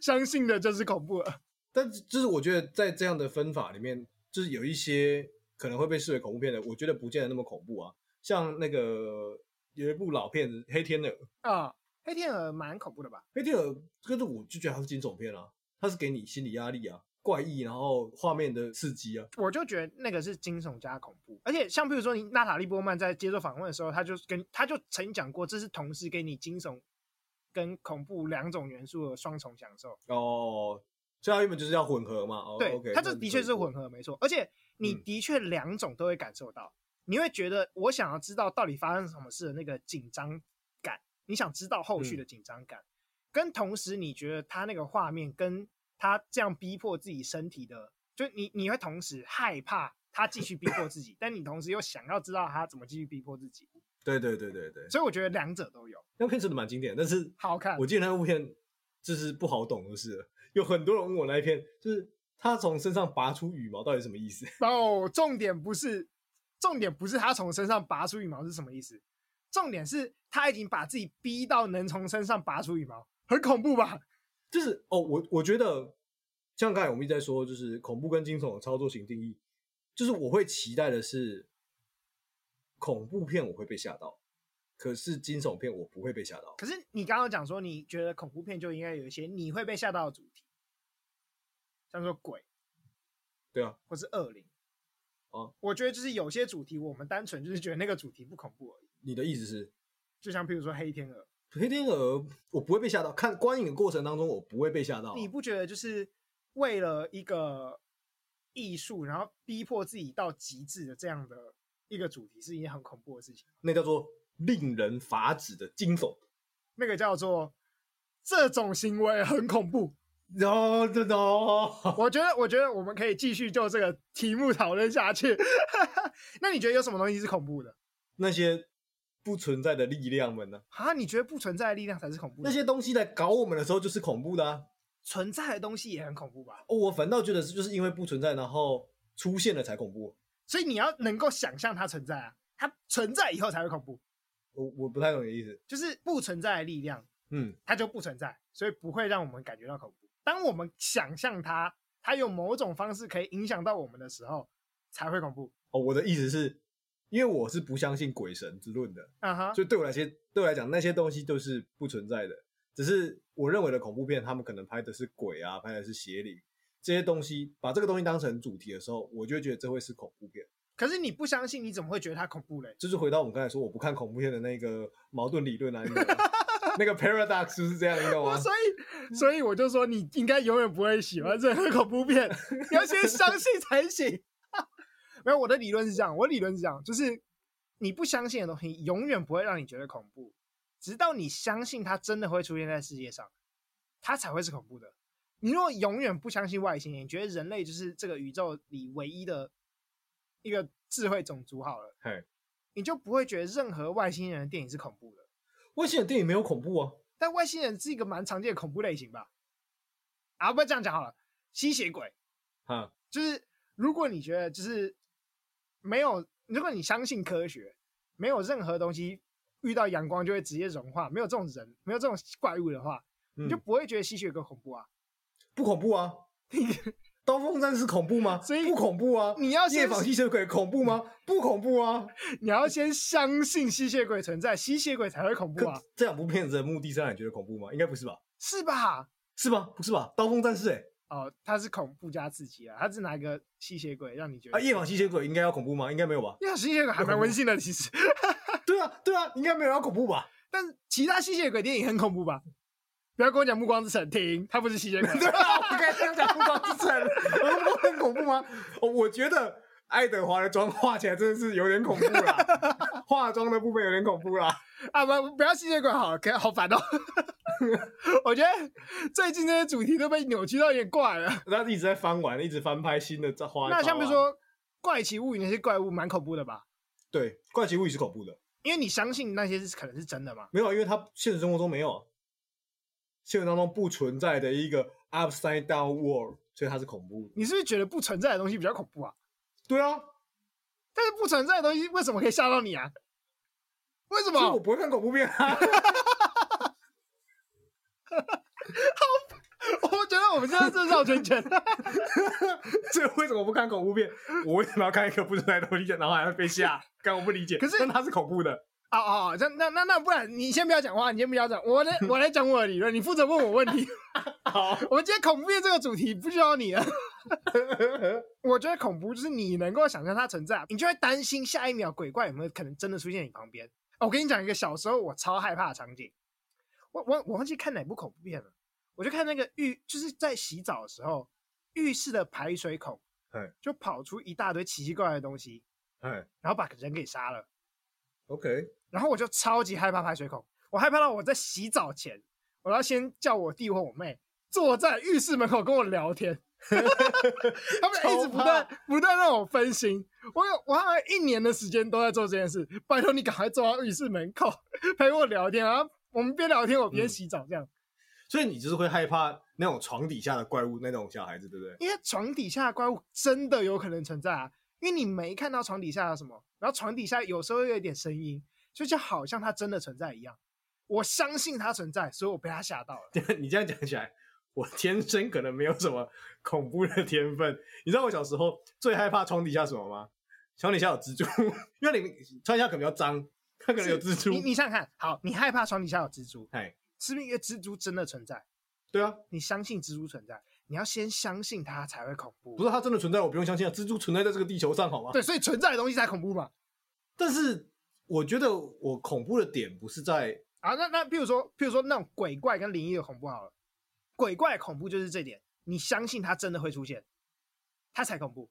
[SPEAKER 1] 相信的就是恐怖了。
[SPEAKER 2] 但是就是我觉得在这样的分法里面，就是有一些可能会被视为恐怖片的，我觉得不见得那么恐怖啊。像那个有一部老片子《黑天鹅》，《
[SPEAKER 1] 啊、黑天鹅蛮恐怖的吧？
[SPEAKER 2] 黑天鹅》跟着我就觉得它是惊悚片啊，它是给你心理压力啊、怪异，然后画面的刺激啊。
[SPEAKER 1] 我就觉得那个是惊悚加恐怖，而且像比如说你娜塔莉波曼在接受访问的时候，他就跟他就曾讲过，这是同时给你惊悚跟恐怖两种元素的双重享受。
[SPEAKER 2] 哦，所以它原本就是要混合嘛。哦
[SPEAKER 1] 对，
[SPEAKER 2] ，OK，
[SPEAKER 1] 他
[SPEAKER 2] 那
[SPEAKER 1] 这的确是混合没错，而且你
[SPEAKER 2] 嗯
[SPEAKER 1] 的确两种都会感受到，你会觉得我想要知道到底发生什么事的那个紧张感，你想知道后
[SPEAKER 2] 嗯
[SPEAKER 1] 续的紧张感，跟同时你觉得他那个画面跟他这样逼迫自己身体的，就你你会同时害怕他继续逼迫自己，但你同时又想要知道他怎么继续逼迫自己，
[SPEAKER 2] 对对对对对，
[SPEAKER 1] 所以我觉得两者都有，
[SPEAKER 2] 那部片真的蛮经典的，但是
[SPEAKER 1] 好看
[SPEAKER 2] 我记得那部片就是不好懂，就是了有很多人问我那一篇，就是他从身上拔出羽毛到底什么意思？
[SPEAKER 1] 然后重点不是重点不是他从身上拔出羽毛是什么意思，重点是他已经把自己逼到能从身上拔出羽毛，很恐怖吧？
[SPEAKER 2] 就是哦，我我觉得像刚才我们一直在说，就是恐怖跟惊悚的操作型定义，就是我会期待的是恐怖片我会被吓到，可是惊悚片我不会被吓到。
[SPEAKER 1] 可是你刚刚讲说，你觉得恐怖片就应该有一些你会被吓到的主题，像说鬼
[SPEAKER 2] 对啊，
[SPEAKER 1] 或是恶灵。
[SPEAKER 2] 哦，
[SPEAKER 1] 我觉得就是有些主题，我们单纯就是觉得那个主题不恐怖而已。
[SPEAKER 2] 你的意思是
[SPEAKER 1] 就像譬如说黑天鹅，
[SPEAKER 2] 黑天鹅我不会被吓到，看观影的过程当中我不会被吓到啊。
[SPEAKER 1] 你不觉得就是为了一个艺术，然后逼迫自己到极致的这样的一个主题，是一件很恐怖的事情吗。
[SPEAKER 2] 那叫做令人发指的惊悚。
[SPEAKER 1] 那个叫做这种行为很恐怖。
[SPEAKER 2] No, no, no.
[SPEAKER 1] 我觉得，我觉得我们可以继续就这个题目讨论下去。 那你觉得有什么东西是恐怖的
[SPEAKER 2] 那些不存在的力量们呢、
[SPEAKER 1] 啊？你觉得不存在的力量才是恐怖的？
[SPEAKER 2] 那些东西来搞我们的时候就是恐怖的啊。
[SPEAKER 1] 存在的东西也很恐怖吧？
[SPEAKER 2] 哦，我反倒觉得是就是因为不存在，然后出现了才恐怖。
[SPEAKER 1] 所以你要能够想象它存在啊，它存在以后才会恐怖。
[SPEAKER 2] 我我不太懂你的意思。
[SPEAKER 1] 就是不存在的力量，
[SPEAKER 2] 嗯，
[SPEAKER 1] 它就不存在，所以不会让我们感觉到恐怖。当我们想象它，它有某种方式可以影响到我们的时候，才会恐怖。
[SPEAKER 2] 哦，我的意思是，因为我是不相信鬼神之论的，
[SPEAKER 1] 啊哈，
[SPEAKER 2] 所以对我来些对我来讲，那些东西都是不存在的。只是我认为的恐怖片，他们可能拍的是鬼啊，拍的是邪灵这些东西，把这个东西当成主题的时候，我就会觉得这会是恐怖片。
[SPEAKER 1] 可是你不相信，你怎么会觉得它恐怖嘞？
[SPEAKER 2] 就是回到我们刚才说，我不看恐怖片的那个矛盾理论啊，你懂吗那个 Paradox 就是这样，你懂吗
[SPEAKER 1] 我？ 所以，所以我就说你应该永远不会喜欢任何恐怖片，你要先相信才行。 没有，我的理论是这样，我的理论是这样，就是你不相信的东西，永远不会让你觉得恐怖，直到你相信它真的会出现在世界上，它才会是恐怖的。你如果永远不相信外星人，你觉得人类就是这个宇宙里唯一的一个智慧种族好了
[SPEAKER 2] 嘿，
[SPEAKER 1] 你就不会觉得任何外星人的电影是恐怖的。
[SPEAKER 2] 外星人电影没有恐怖啊，
[SPEAKER 1] 但外星人是一个蛮常见的恐怖类型吧？啊，不要这样讲好了，吸血鬼
[SPEAKER 2] 哈，
[SPEAKER 1] 就是如果你觉得就是没有，如果你相信科学，没有任何东西遇到阳光就会直接融化，没有这种人，没有这种怪物的话，
[SPEAKER 2] 嗯
[SPEAKER 1] 你就不会觉得吸血鬼恐怖啊。
[SPEAKER 2] 不恐怖 啊。刀锋战士恐怖吗？
[SPEAKER 1] 所以
[SPEAKER 2] 不恐怖啊。
[SPEAKER 1] 你要
[SPEAKER 2] 夜
[SPEAKER 1] 先
[SPEAKER 2] 访吸血鬼恐怖吗？不恐怖啊。
[SPEAKER 1] 你要先相信吸血鬼存在，吸血鬼才会恐怖
[SPEAKER 2] 可
[SPEAKER 1] 啊，
[SPEAKER 2] 这两部片子的目的是让你觉得恐怖吗？应该不是吧？
[SPEAKER 1] 是吧？
[SPEAKER 2] 是吧？不是吧？刀锋战士哎、
[SPEAKER 1] 哦，它是恐怖加刺激啊，它是哪一个吸血鬼让你觉得？
[SPEAKER 2] 啊，夜访吸血鬼应该要恐怖吗？应该没有吧
[SPEAKER 1] 因为吸血鬼还蛮温馨的，其实。
[SPEAKER 2] 对啊，对啊，应该没有要恐怖吧？
[SPEAKER 1] 但是其他吸血鬼电影很恐怖吧？不要跟我讲《暮光之城》，停，它不是吸血鬼。
[SPEAKER 2] 对 啊，我该这样讲《暮光之城》，《暮光很恐怖吗？哦，我觉得爱德华的妆画起来真的是有点恐怖啦，化妆的部分有点恐怖啦。
[SPEAKER 1] 啊，不，不要吸血鬼好了，可以好烦哦。 我觉得最近这些主题都被扭曲到有点怪了。
[SPEAKER 2] 他一直在翻玩，一直翻拍新的照花。
[SPEAKER 1] 那像比如
[SPEAKER 2] 照啊，
[SPEAKER 1] 说《怪奇物语》那些怪物，蛮恐怖的吧？
[SPEAKER 2] 对，《怪奇物语》是恐怖的，
[SPEAKER 1] 因为你相信那些是可能是真的嘛。
[SPEAKER 2] 没有，因为它现实生活中没有，现实当中不存在的一个 upside down world，所以它是恐怖的。
[SPEAKER 1] 你是不是觉得不存在的东西比较恐怖啊？
[SPEAKER 2] 对啊，
[SPEAKER 1] 但是不存在的东西为什么可以吓到你啊？为什
[SPEAKER 2] 所以我
[SPEAKER 1] 么？
[SPEAKER 2] 不会看恐怖片啊。
[SPEAKER 1] 我觉得我们现在是绕圈圈。
[SPEAKER 2] 这为什么不看恐怖片？ 我为什么要看一个不存在的东西，然后还要被吓？ 干我不理解。
[SPEAKER 1] 可是
[SPEAKER 2] 但它是恐怖的，
[SPEAKER 1] 哦哦，哦这那那那不然你先不要讲话，你先不要讲，我来我来讲我的理论，你负责问我问题。
[SPEAKER 2] 好，
[SPEAKER 1] 我们今天恐怖片这个主题不需要你了。我觉得恐怖就是你能够想象它存在，你就会担心下一秒鬼怪有没有可能真的出现在你旁边。哦我跟你讲一个小时候我超害怕的场景，我我我忘记看哪部恐怖片了，我就看那个浴就是在洗澡的时候，浴室的排水孔
[SPEAKER 2] 哎，
[SPEAKER 1] 就跑出一大堆奇奇怪怪的东西，
[SPEAKER 2] 哎
[SPEAKER 1] 然后把人给杀了。
[SPEAKER 2] ，OK，
[SPEAKER 1] 然后我就超级害怕排水孔，我害怕到我在洗澡前，我要先叫我弟或我妹坐在浴室门口跟我聊天， 他们一直不断不断让我分心。我有我好像一年的时间都在做这件事，拜托你赶快坐到浴室门口 陪我聊天，然后我们边聊天我边洗澡这样，
[SPEAKER 2] 所以你就是会害怕那种床底下的怪物那种小孩子，对不对？
[SPEAKER 1] 因为床底下的怪物真的有可能存在啊，因为你没看到床底下有什么，然后床底下有时候又有一点声音，所以就好像它真的存在一样。我相信它存在，所以我被它吓到了。
[SPEAKER 2] 你这样讲起来，我天生可能没有什么恐怖的天分。你知道我小时候最害怕床底下什么吗？床底下有蜘蛛，因为你床底下可能比较脏，它可能有蜘蛛
[SPEAKER 1] 你。你想想看，好，你害怕床底下有蜘蛛，
[SPEAKER 2] 哎，
[SPEAKER 1] 是不是因为蜘蛛真的存在？
[SPEAKER 2] 对啊，
[SPEAKER 1] 你相信蜘蛛存在，你要先相信它才会恐怖。
[SPEAKER 2] 不是它啊真的存在，我不用相信啊。蜘蛛存在在这个地球上，好吗？
[SPEAKER 1] 对，所以存在的东西才恐怖嘛。
[SPEAKER 2] 但是我觉得我恐怖的点不是在
[SPEAKER 1] 啊，那那比如说，比如说那种鬼怪跟灵异的恐怖好了，鬼怪恐怖就是这点，你相信它真的会出现，它才恐怖。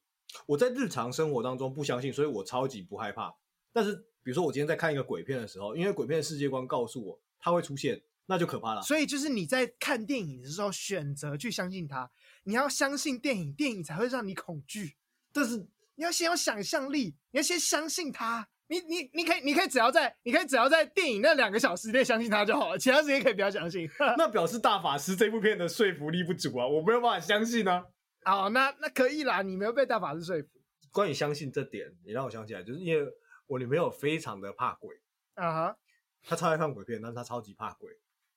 [SPEAKER 2] 我在日常生活当中不相信，所以我超级不害怕。但是比如说我今天在看一个鬼片的时候，因为鬼片的世界观告诉我它会出现，那就可怕了。
[SPEAKER 1] 所以就是你在看电影的时候选择去相信它，你要相信电影，电影才会让你恐惧。
[SPEAKER 2] 但是
[SPEAKER 1] 你要先有想象力，你要先相信他。你你你可以你可以只要在你可以只要在电影那两个小时内相信他就好了，其他时间可以不要相信。
[SPEAKER 2] 那表示大法师这部片的说服力不足啊，我没有办法相信啊。
[SPEAKER 1] 好，那那可以啦，你没有被大法师说服
[SPEAKER 2] 关于相信这点，也让我想起来，就是因为我女朋友非常的怕鬼，
[SPEAKER 1] 啊哈，
[SPEAKER 2] 她超爱看鬼片，但是她超级怕鬼。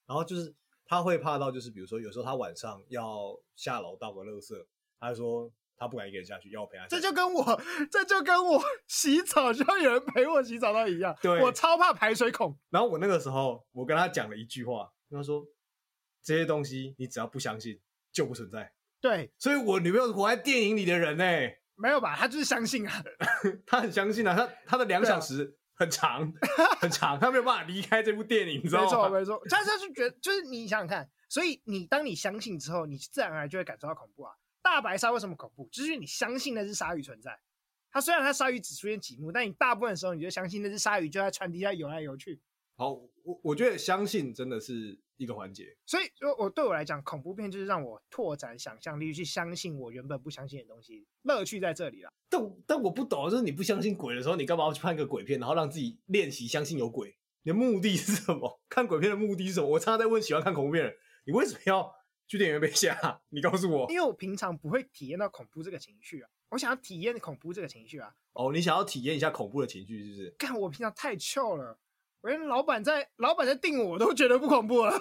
[SPEAKER 2] 然后就是她会怕到，就是比如说有时候她晚上要下楼倒个垃圾，她就说她不敢一个人下去，要我陪她下去。
[SPEAKER 1] 这就跟我这就跟我 洗澡需要有人陪我洗澡到一样，
[SPEAKER 2] 对
[SPEAKER 1] 我超怕排水孔。
[SPEAKER 2] 然后我那个时候，我跟他讲了一句话，跟他说：“这些东西你只要不相信，就不存在。
[SPEAKER 1] 对”，
[SPEAKER 2] 所以，我女朋友是活在电影里的人呢、欸
[SPEAKER 1] 没有吧？他就是相信啊，
[SPEAKER 2] 她很相信啊，她她的两小时很长 很长，他没有办法离开这部电影，你知
[SPEAKER 1] 没错
[SPEAKER 2] 道吗？
[SPEAKER 1] 没错， 但是他就觉得，就是你想想看，所以你当你相信之后，你自然而然就会感受到恐怖啊。大白鲨为什么恐怖？就是因为你相信那只鲨鱼存在。它虽然它鲨鱼只出现几幕，但你大部分的时候你就相信那只鲨鱼就在船底下游来游去。
[SPEAKER 2] 好，我我觉得相信真的是一个环节，
[SPEAKER 1] 所以，我我对我来讲，恐怖片就是让我拓展想象力，去相信我原本不相信的东西，乐趣在这里啦。
[SPEAKER 2] 但我但我不懂，啊就是你不相信鬼的时候，你干嘛要去看个鬼片，然后让自己练习相信有鬼？你的目的是什么？ 看鬼片的目的是什么？我常常在问喜欢看恐怖片的人，你为什么要去电影院被吓？ 你告诉我
[SPEAKER 1] 因，为我平常不会体验到恐怖这个情绪啊，我想要体验恐怖这个情绪啊，
[SPEAKER 2] 哦，你想要体验一下恐怖的情绪是不是？
[SPEAKER 1] 干我平常太臭了，我连老板在老板在定我都觉得不恐怖了，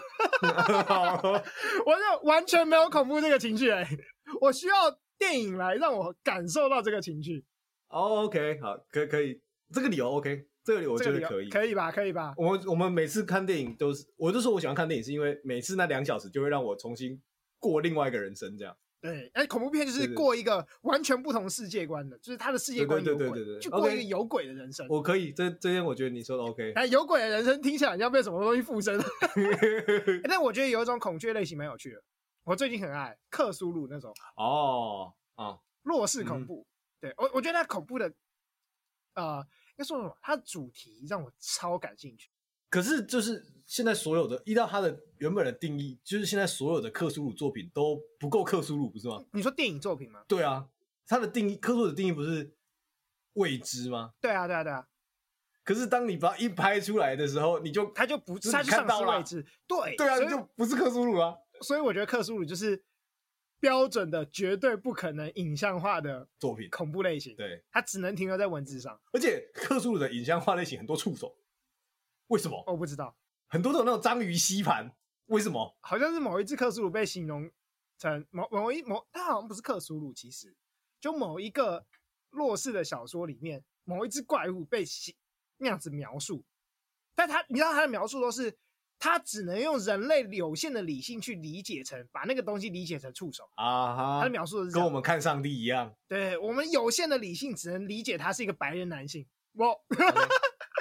[SPEAKER 1] 我就完全没有恐怖这个情绪哎、 我需要电影来让我感受到这个情绪，
[SPEAKER 2] 哦、o k 好，可可以，这个理由 OK，这个理由我
[SPEAKER 1] 这
[SPEAKER 2] 觉
[SPEAKER 1] 个
[SPEAKER 2] 得
[SPEAKER 1] 理由
[SPEAKER 2] 可以。
[SPEAKER 1] 可以吧？可以吧？
[SPEAKER 2] 我们我们每次看电影都是，我就说我喜欢看电影，是因为每次那两小时就会让我重新过另外一个人生，这样。
[SPEAKER 1] 对，哎，恐怖片就是
[SPEAKER 2] 对对
[SPEAKER 1] 过一个完全不同世界观的，就是他的世界观有
[SPEAKER 2] 对
[SPEAKER 1] 鬼，
[SPEAKER 2] 对对对对
[SPEAKER 1] 去过一
[SPEAKER 2] OK
[SPEAKER 1] 个有鬼的人生。
[SPEAKER 2] 我可以，这这边我觉得你说的 OK。
[SPEAKER 1] 哎，有鬼的人生听起来很像被什么东西附 身。哎但我觉得有一种恐惧类型蛮有趣的，我最近很爱克苏鲁那种
[SPEAKER 2] 哦，啊，
[SPEAKER 1] 弱势恐
[SPEAKER 2] 嗯
[SPEAKER 1] 怖。对我，我觉得它恐怖的，呃，应该说什么？它的主题让我超感兴趣。
[SPEAKER 2] 可是就是现在所有的依照它的原本的定义，就是现在所有的克苏鲁作品都不够克苏鲁，不是吗？
[SPEAKER 1] 你说电影作品吗？
[SPEAKER 2] 对啊，它的定义克苏鲁的定义不是未知吗？
[SPEAKER 1] 对啊，对啊，对啊，
[SPEAKER 2] 可是当你把它一拍出来的时候，你就
[SPEAKER 1] 它就不，
[SPEAKER 2] 就是
[SPEAKER 1] 它
[SPEAKER 2] 你
[SPEAKER 1] 就
[SPEAKER 2] 看
[SPEAKER 1] 丧
[SPEAKER 2] 到
[SPEAKER 1] 失
[SPEAKER 2] 啦
[SPEAKER 1] 位置。对，
[SPEAKER 2] 对啊，
[SPEAKER 1] 所以
[SPEAKER 2] 你就不是克苏鲁啊。
[SPEAKER 1] 所以我觉得克苏鲁就是标准的绝对不可能影像化的
[SPEAKER 2] 作品
[SPEAKER 1] 恐怖类型，
[SPEAKER 2] 对，
[SPEAKER 1] 它只能停留在文字上。
[SPEAKER 2] 而且克苏鲁的影像化类型很多触手，为什么？
[SPEAKER 1] 我不知道，
[SPEAKER 2] 很多都有那种章鱼吸盘，为什么？
[SPEAKER 1] 好像是某一只克苏鲁被形容成某某一某，它好像不是克苏鲁，其实就某一个弱势的小说里面，某一只怪物被形那样子描述，但他你知道他的描述都是。他只能用人类有限的理性去理解成，把那个东西理解成触手。他
[SPEAKER 2] 啊
[SPEAKER 1] 的
[SPEAKER 2] 哈，
[SPEAKER 1] 描述都是这
[SPEAKER 2] 跟
[SPEAKER 1] 样
[SPEAKER 2] 我们看上帝一样，
[SPEAKER 1] 对我们有限的理性只能理解他是一个白人男性。我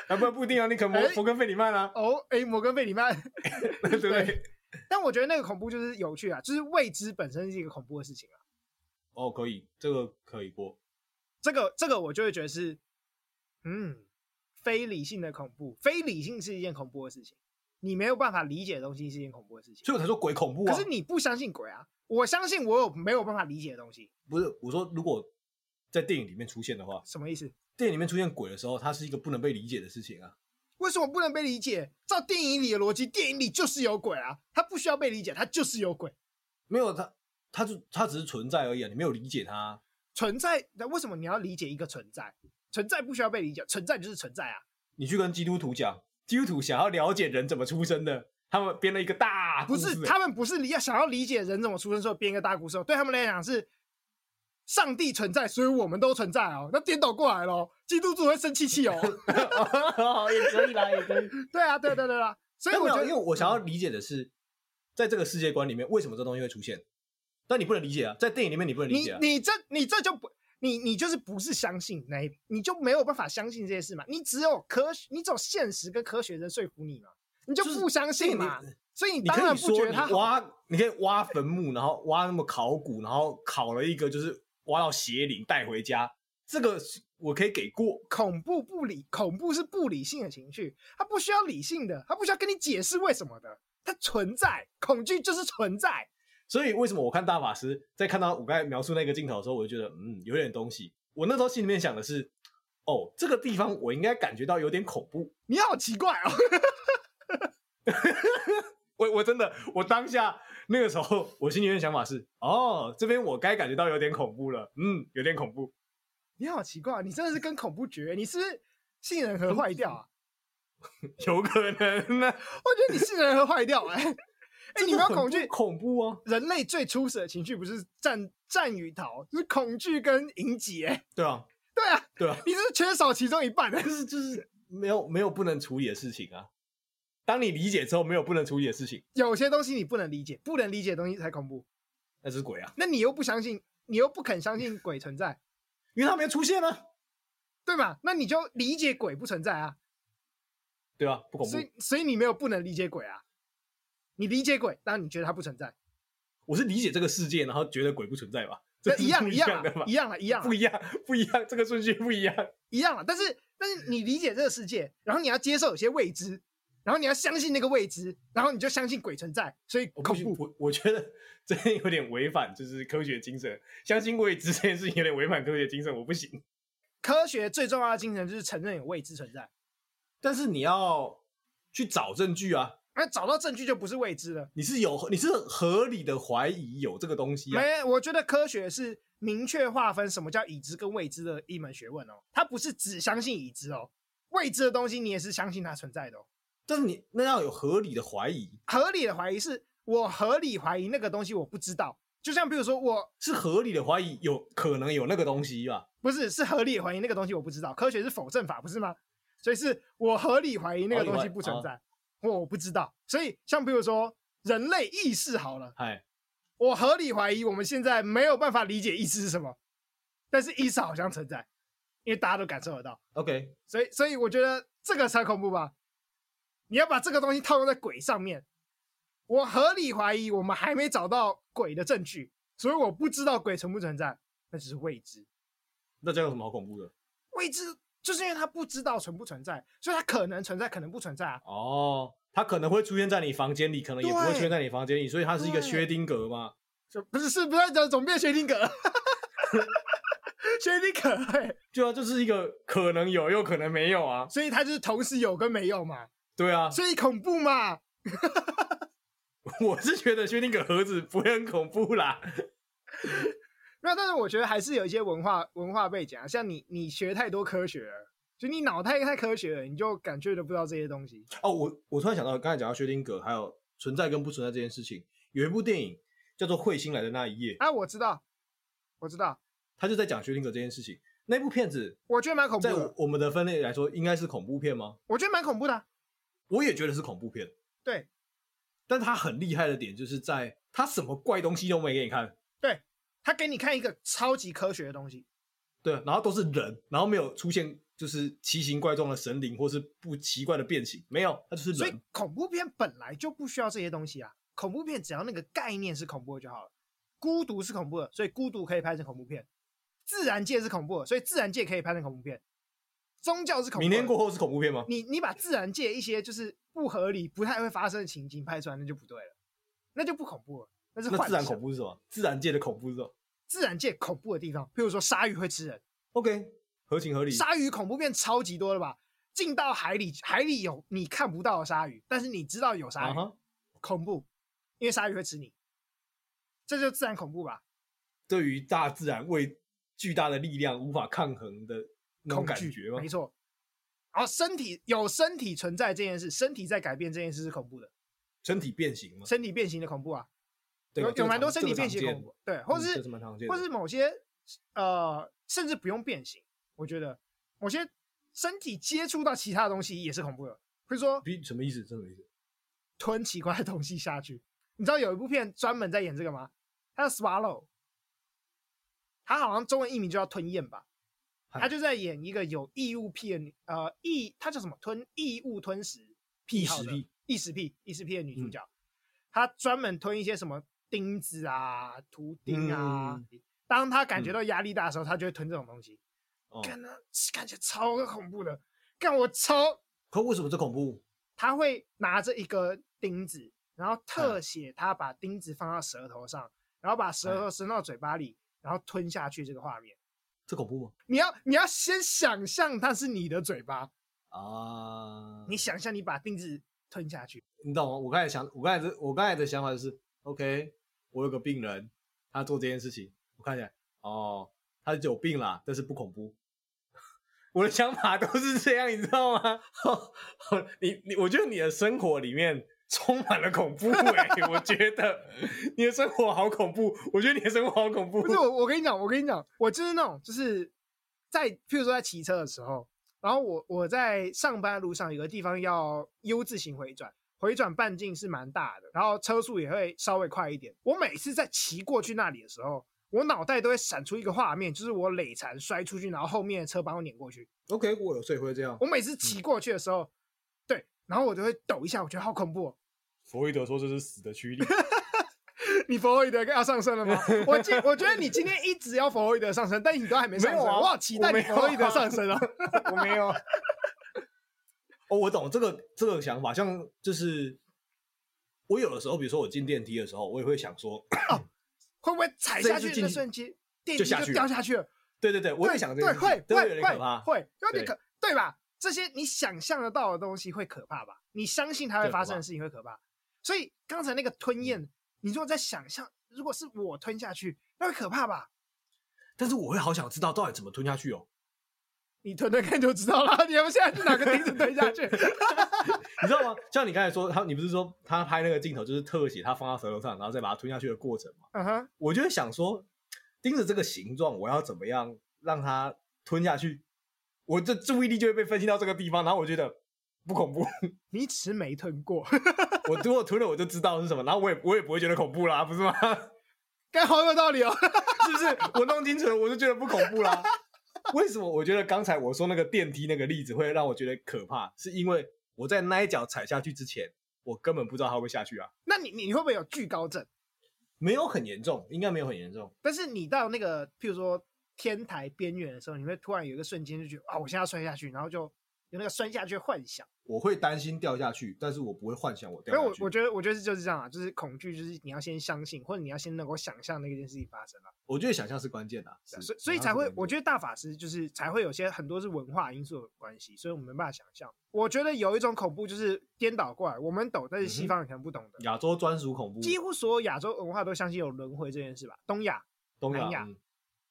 [SPEAKER 2] 啊不不一定啊，你可摩
[SPEAKER 1] 哎，
[SPEAKER 2] 摩根费里曼啊
[SPEAKER 1] 哦，哎，摩根费里曼。
[SPEAKER 2] 对不对
[SPEAKER 1] 对？但我觉得那个恐怖就是有趣啊，就是未知本身是一个恐怖的事情啊。
[SPEAKER 2] 哦，可以，这个可以过。
[SPEAKER 1] 这个这个我就会觉得是，嗯，非理性的恐怖，非理性是一件恐怖的事情，你没有办法理解的东西是一件恐怖的事情。
[SPEAKER 2] 所以我才说鬼恐怖啊。
[SPEAKER 1] 可是你不相信鬼啊，我相信我有没有办法理解的东西，
[SPEAKER 2] 不是我说，如果在电影里面出现的话，
[SPEAKER 1] 什么意思？
[SPEAKER 2] 电影里面出现鬼的时候，它是一个不能被理解的事情啊。
[SPEAKER 1] 为什么不能被理解？照电影里的逻辑，电影里就是有鬼啊，它不需要被理解，它就是有鬼。
[SPEAKER 2] 没有它，它就它只是存在而已啊，你没有理解它啊。
[SPEAKER 1] 存在，那为什么你要理解一个存在？存在不需要被理解，存在就是存在啊，
[SPEAKER 2] 你去跟基督徒讲，基督徒想要了解人怎么出生的，他们编了一个大故
[SPEAKER 1] 不
[SPEAKER 2] 事欸
[SPEAKER 1] 是他们不是理想要理解人怎么出生，所以编一个大故事哦，对他们来讲是上帝存在，所以我们都存在哦，那颠倒过来咯，基督徒会生气 气哦，
[SPEAKER 2] 哦也可以啦，也可以。
[SPEAKER 1] 对啊，对啊对啊对啊，所以
[SPEAKER 2] 但
[SPEAKER 1] 我
[SPEAKER 2] 没
[SPEAKER 1] 觉
[SPEAKER 2] 有，
[SPEAKER 1] 得，
[SPEAKER 2] 因为我想要理解的是，在这个世界观里面，为什么这东西会出现？但你不能理解啊，在电影里面你不能理
[SPEAKER 1] 你
[SPEAKER 2] 解啊。
[SPEAKER 1] 你这你这就不。你你就是不是相信那一，你就没有办法相信这些事嘛？你只有科学，你只有现实跟科学能说服你嘛？你就
[SPEAKER 2] 就是
[SPEAKER 1] 不相信嘛？
[SPEAKER 2] 电影
[SPEAKER 1] 所以你
[SPEAKER 2] 你
[SPEAKER 1] 当
[SPEAKER 2] 可
[SPEAKER 1] 然
[SPEAKER 2] 以
[SPEAKER 1] 不觉
[SPEAKER 2] 说
[SPEAKER 1] 得
[SPEAKER 2] 你
[SPEAKER 1] 它好
[SPEAKER 2] 挖，你可以挖坟墓，然后挖那么考古，然后考了一个就是挖到邪灵带回家，这个是我可以给过。
[SPEAKER 1] 恐怖不理，恐怖是不理性的情绪，它不需要理性的，它不需要跟你解释为什么的，它存在，恐惧就是存在。
[SPEAKER 2] 所以为什么我看大法师在看到我刚才描述那个镜头的时候，我就觉得嗯有点东西。我那时候心里面想的是，哦，这个地方我应该感觉到有点恐怖。
[SPEAKER 1] 你好奇怪哦，
[SPEAKER 2] 我我真的我当下那个时候，我心里面的想法是，哦，这边我该感觉到有点恐怖了，嗯，有点恐怖。
[SPEAKER 1] 你好奇怪，你真的是跟恐怖绝缘，你是不是杏仁核坏掉啊？
[SPEAKER 2] 有可能呢、
[SPEAKER 1] 我觉得你杏仁核坏掉 哎、哎、你不要恐惧，
[SPEAKER 2] 恐怖啊！
[SPEAKER 1] 人类最初始的情绪不是战战与逃，就是恐惧跟迎击哎、
[SPEAKER 2] 对啊，
[SPEAKER 1] 对啊，
[SPEAKER 2] 对啊，
[SPEAKER 1] 你是缺少其中一半的、
[SPEAKER 2] 就是就是没有没有不能处理的事情啊。当你理解之后，没有不能处理的事情，
[SPEAKER 1] 有些东西你不能理解，不能理解的东西才恐怖。
[SPEAKER 2] 那是鬼啊，
[SPEAKER 1] 那你又不相信，你又不肯相信鬼存在。
[SPEAKER 2] 因为他没有出现啊。
[SPEAKER 1] 对吧？那你就理解鬼不存在啊，
[SPEAKER 2] 对吧？不恐怖
[SPEAKER 1] 所，以所以你没有不能理解鬼啊，你理解鬼，但你觉得它不存在，
[SPEAKER 2] 我是理解这个世界，然后觉得鬼不存在吧？
[SPEAKER 1] 那
[SPEAKER 2] 这是
[SPEAKER 1] 一样
[SPEAKER 2] 不
[SPEAKER 1] 一
[SPEAKER 2] 一
[SPEAKER 1] 样
[SPEAKER 2] 的吧
[SPEAKER 1] 啊？一样啊一样啊
[SPEAKER 2] 不一样，不一样，这个顺序不一样。
[SPEAKER 1] 一样啊。但是但是你理解这个世界，然后你要接受有些未知，然后你要相信那个未知，然后你就相信鬼存在，所以
[SPEAKER 2] 我
[SPEAKER 1] 恐
[SPEAKER 2] 不
[SPEAKER 1] 怖。
[SPEAKER 2] 我我觉得这有点违反就是科学精神，相信未知这件事情有点违反科学精神，我不行。
[SPEAKER 1] 科学最重要的精神就是承认有未知存在，
[SPEAKER 2] 但是你要去找证据啊，
[SPEAKER 1] 那找到证据就不是未知了。
[SPEAKER 2] 你是有你是合理的怀疑有这个东西啊，
[SPEAKER 1] 没，我觉得科学是明确划分什么叫已知跟未知的一门学问哦，它不是只相信已知哦，未知的东西你也是相信它存在的哦。
[SPEAKER 2] 但是你那要有合理的怀疑，
[SPEAKER 1] 合理的怀疑是我合理怀疑那个东西我不知道，就像比如说我
[SPEAKER 2] 是合理的怀疑有可能有那个东西吧？
[SPEAKER 1] 不是是合理怀疑那个东西我不知道，科学是否证法不是吗？所以是我合理怀疑那个东西不存在，我不知道。所以像比如说人类意识好了，
[SPEAKER 2] 哎，
[SPEAKER 1] 我合理怀疑我们现在没有办法理解意识是什么，但是意识好像存在，因为大家都感受得到。
[SPEAKER 2] OK，
[SPEAKER 1] 所以，所以我觉得这个才恐怖吧。你要把这个东西套用在鬼上面，我合理怀疑我们还没找到鬼的证据，所以我不知道鬼存不存在，那只是未知。
[SPEAKER 2] 那这样有什么好恐怖的？
[SPEAKER 1] 未知就是因为他不知道存不存在，所以他可能存在，可能不存在啊。
[SPEAKER 2] 哦，它可能会出现在你房间里，可能也不会
[SPEAKER 1] 对
[SPEAKER 2] 出现在你房间里，所以它是一个
[SPEAKER 1] 对
[SPEAKER 2] 薛丁格嘛。
[SPEAKER 1] 就不是是不是讲总变薛定谔， 薛定谔、欸，
[SPEAKER 2] 对啊，就是一个可能有又可能没有啊。
[SPEAKER 1] 所以他就是同时有跟没有嘛，
[SPEAKER 2] 对啊，
[SPEAKER 1] 所以恐怖嘛。
[SPEAKER 2] 我是觉得薛定谔盒子不会很恐怖啦。
[SPEAKER 1] 那但是我觉得还是有一些文化文化背景啊，像你你学太多科学了，就你脑太太科学了，你就感觉都不知道这些东西。
[SPEAKER 2] 哦，我我突然想到，刚才讲到薛定谔，还有存在跟不存在这件事情，有一部电影叫做《彗星来的那一夜》，
[SPEAKER 1] 啊，我知道，我知道，
[SPEAKER 2] 他就在讲薛定谔这件事情。那部片子
[SPEAKER 1] 我觉得蛮恐怖
[SPEAKER 2] 在我
[SPEAKER 1] 的，
[SPEAKER 2] 我们的分类来说，应该是恐怖片吗？
[SPEAKER 1] 我觉得蛮恐怖的啊。
[SPEAKER 2] 我也觉得是恐怖片，
[SPEAKER 1] 对
[SPEAKER 2] 但它很厉害的点就是在它什么怪东西都没给你看，
[SPEAKER 1] 对，他给你看一个超级科学的东西，
[SPEAKER 2] 对，啊然后都是人，然后没有出现就是奇形怪状的神灵或是不奇怪的变形，没有，它就是
[SPEAKER 1] 所
[SPEAKER 2] 人
[SPEAKER 1] 以。恐怖片本来就不需要这些东西啊。恐怖片只要那个概念是恐怖的就好了。孤独是恐怖的，所以孤独可以拍成恐怖片；自然界是恐怖的，所以自然界可以拍成恐怖片；宗教是恐怖的。
[SPEAKER 2] 明天过后是恐怖片吗？
[SPEAKER 1] 你你把自然界一些就是不合理、不太会发生的情景拍出来，那就不对了，那就不恐怖了，那是幻
[SPEAKER 2] 那
[SPEAKER 1] 想。
[SPEAKER 2] 自然恐，怖是什么？自然界的恐怖是什么
[SPEAKER 1] 自然界恐怖的地方，譬如说鲨鱼会吃人，
[SPEAKER 2] ？OK，合情合理。
[SPEAKER 1] 鲨鱼恐怖片超级多了吧？进到海里，海里有你看不到的鲨鱼，但是你知道有鲨
[SPEAKER 2] 啊
[SPEAKER 1] 鱼
[SPEAKER 2] 哈，
[SPEAKER 1] 恐怖，因为鲨鱼会吃你，这就自然恐怖吧？
[SPEAKER 2] 对于大自然为巨大的力量无法抗衡的那种
[SPEAKER 1] 恐
[SPEAKER 2] 感
[SPEAKER 1] 惧
[SPEAKER 2] 觉吗
[SPEAKER 1] 没？错。然后身体有身体存在这件事，身体在改变这件事是恐怖的，
[SPEAKER 2] 身体变形吗？
[SPEAKER 1] 身体变形的恐怖啊，
[SPEAKER 2] 对吧
[SPEAKER 1] 有
[SPEAKER 2] 这
[SPEAKER 1] 有
[SPEAKER 2] 个
[SPEAKER 1] 蛮多
[SPEAKER 2] 常
[SPEAKER 1] 身体
[SPEAKER 2] 这个
[SPEAKER 1] 变
[SPEAKER 2] 常
[SPEAKER 1] 形的恐
[SPEAKER 2] 见
[SPEAKER 1] 怖，对，或
[SPEAKER 2] 嗯
[SPEAKER 1] 是
[SPEAKER 2] 这是蛮常见的
[SPEAKER 1] 或是某些呃，甚至不用变形，我觉得某些身体接触到其他东西也是恐怖的，比如说
[SPEAKER 2] 比什么意思？这什么意思？
[SPEAKER 1] 吞奇怪的东西下去。你知道有一部片专门在演这个吗？它叫 Swallow，它好像中文译名就叫吞咽吧。
[SPEAKER 2] 嗨
[SPEAKER 1] 它就在演一个有异物癖的女，呃，异，它叫什么？吞异物吞食癖好
[SPEAKER 2] 食
[SPEAKER 1] 的
[SPEAKER 2] 癖，嗯
[SPEAKER 1] 异食癖，异食癖的女主角，她专门吞一些什么钉子啊、图钉啊。
[SPEAKER 2] 嗯
[SPEAKER 1] 当她感觉到压力大的时候，她就会吞这种东西。
[SPEAKER 2] 哦，
[SPEAKER 1] 看那感觉超恐怖的，看我超
[SPEAKER 2] 可为什么这恐怖？
[SPEAKER 1] 他会拿着一个钉子，然后特写他把钉子放到舌头上，然后把舌头伸到嘴巴里，然后吞下去这个画面。
[SPEAKER 2] 这恐怖吗？
[SPEAKER 1] 你要你要先想象它是你的嘴巴，
[SPEAKER 2] 啊，
[SPEAKER 1] 你想象你把钉子吞下去，
[SPEAKER 2] 你懂吗？我刚才想，我刚才的我刚才的想法就是，OK，我有个病人，他做这件事情，我看起来，哦，他是有病啦，但是不恐怖。 我的想法都是这样，你知道吗？ 你你，我觉得你的生活里面充满了恐怖哎、我觉得你的生活好恐怖，我觉得你的生活好恐怖。
[SPEAKER 1] 不是我，我跟你讲，我跟你讲，我就是那种，就是在，譬如说在骑车的时候，然后我我在上班的路上有个地方要 U 字形回转，回转半径是蛮大的，然后车速也会稍微快一点。我每次在骑过去那里的时候，我脑袋都会闪出一个画面，就是我累残摔出去，然后后面的车把我碾过去。
[SPEAKER 2] OK，我有时候也会这样
[SPEAKER 1] 我每次骑过去的时候，对，然后我就会抖一下，我觉得好恐怖、哦。
[SPEAKER 2] 弗洛伊德说这是死的驱力，
[SPEAKER 1] 你弗洛伊德要上升了 吗？我今我觉得你今天一直要弗洛伊德上升，但你都还没上升，
[SPEAKER 2] 没有啊
[SPEAKER 1] 我好期待
[SPEAKER 2] 我没
[SPEAKER 1] 你
[SPEAKER 2] 有啊
[SPEAKER 1] 弗洛伊德上 升啊！
[SPEAKER 2] 我没有。哦，我懂这个这个想法，像就是我有的时候，比如说我进电梯的时候，我也会想说，
[SPEAKER 1] 会不会踩下
[SPEAKER 2] 这一次
[SPEAKER 1] 去
[SPEAKER 2] 进
[SPEAKER 1] 的
[SPEAKER 2] 去
[SPEAKER 1] 瞬间，电
[SPEAKER 2] 啊就
[SPEAKER 1] 梯
[SPEAKER 2] 下去
[SPEAKER 1] 就
[SPEAKER 2] 了
[SPEAKER 1] 掉下去了？
[SPEAKER 2] 对对对，我也想这
[SPEAKER 1] 对
[SPEAKER 2] 个
[SPEAKER 1] 对，
[SPEAKER 2] 事情，
[SPEAKER 1] 会
[SPEAKER 2] 这
[SPEAKER 1] 会
[SPEAKER 2] 会有点可
[SPEAKER 1] 会
[SPEAKER 2] 怕。
[SPEAKER 1] 会，有点
[SPEAKER 2] 对
[SPEAKER 1] 可对吧？这些你想象得到的东西会可怕吧？你相信它会
[SPEAKER 2] 对
[SPEAKER 1] 发
[SPEAKER 2] 可
[SPEAKER 1] 生
[SPEAKER 2] 怕
[SPEAKER 1] 的事情会可怕，所以刚才那个吞
[SPEAKER 2] 嗯
[SPEAKER 1] 咽，你如果在想象，如果是我吞下去，那会可怕吧？
[SPEAKER 2] 但是我会好想知道到底怎么吞下去哦。
[SPEAKER 1] 你吞吞看就知道了。你 要不现在去哪个钉子吞下 去？
[SPEAKER 2] 你知道吗？像你刚才说，他你不是说他拍那个镜头就是特写，他放到舌头上，然后再把它吞下去的过程嘛？
[SPEAKER 1] 嗯哼，
[SPEAKER 2] 我就会想说，盯着这个形状，我要怎么样让它吞下去？我的注意力就会被分析到这个地方，然后我觉得不恐怖。
[SPEAKER 1] 你只没吞过，
[SPEAKER 2] 我如果吞了，我就知道是什么，然后我也我也不会觉得恐怖啦，不是吗？是
[SPEAKER 1] 该好有道理哦。
[SPEAKER 2] 不 是？我弄清楚了，我就觉得不恐怖啦。 为什么我觉得刚才我说那个电梯那个例子会让我觉得可怕？是因为我在那一脚踩下去之前，我根本不知道它会下去啊，
[SPEAKER 1] 那你你会不会有惧高症？
[SPEAKER 2] 没有很严重，应该没有很严重。
[SPEAKER 1] 但是你到那个，譬如说天台边缘的时候，你会突然有一个瞬间就觉得啊，我现在要摔下去，然后就有那个摔下去的幻想。
[SPEAKER 2] 我会担心掉下去，但是我不会幻想我
[SPEAKER 1] 因
[SPEAKER 2] 掉
[SPEAKER 1] 为
[SPEAKER 2] 下去。
[SPEAKER 1] 我我觉得，我觉得就是这样啊，就是恐惧，就是你要先相信，或者你要先能够想象那件事情发生啊，
[SPEAKER 2] 我觉得想象是关键的、啊，是
[SPEAKER 1] 所以所以才会，我觉得大法师就是才会有些很多是文化因素有关系，所以我们没办法想象。我觉得有一种恐怖就是颠倒过来，我们懂，但是
[SPEAKER 2] 嗯
[SPEAKER 1] 西
[SPEAKER 2] 哼
[SPEAKER 1] 方人可能不懂的。
[SPEAKER 2] 亚洲专属恐怖，
[SPEAKER 1] 几乎所有亚洲文化都相信有轮回这件事吧，东亚
[SPEAKER 2] 东
[SPEAKER 1] 南
[SPEAKER 2] 亚、
[SPEAKER 1] 亚
[SPEAKER 2] 嗯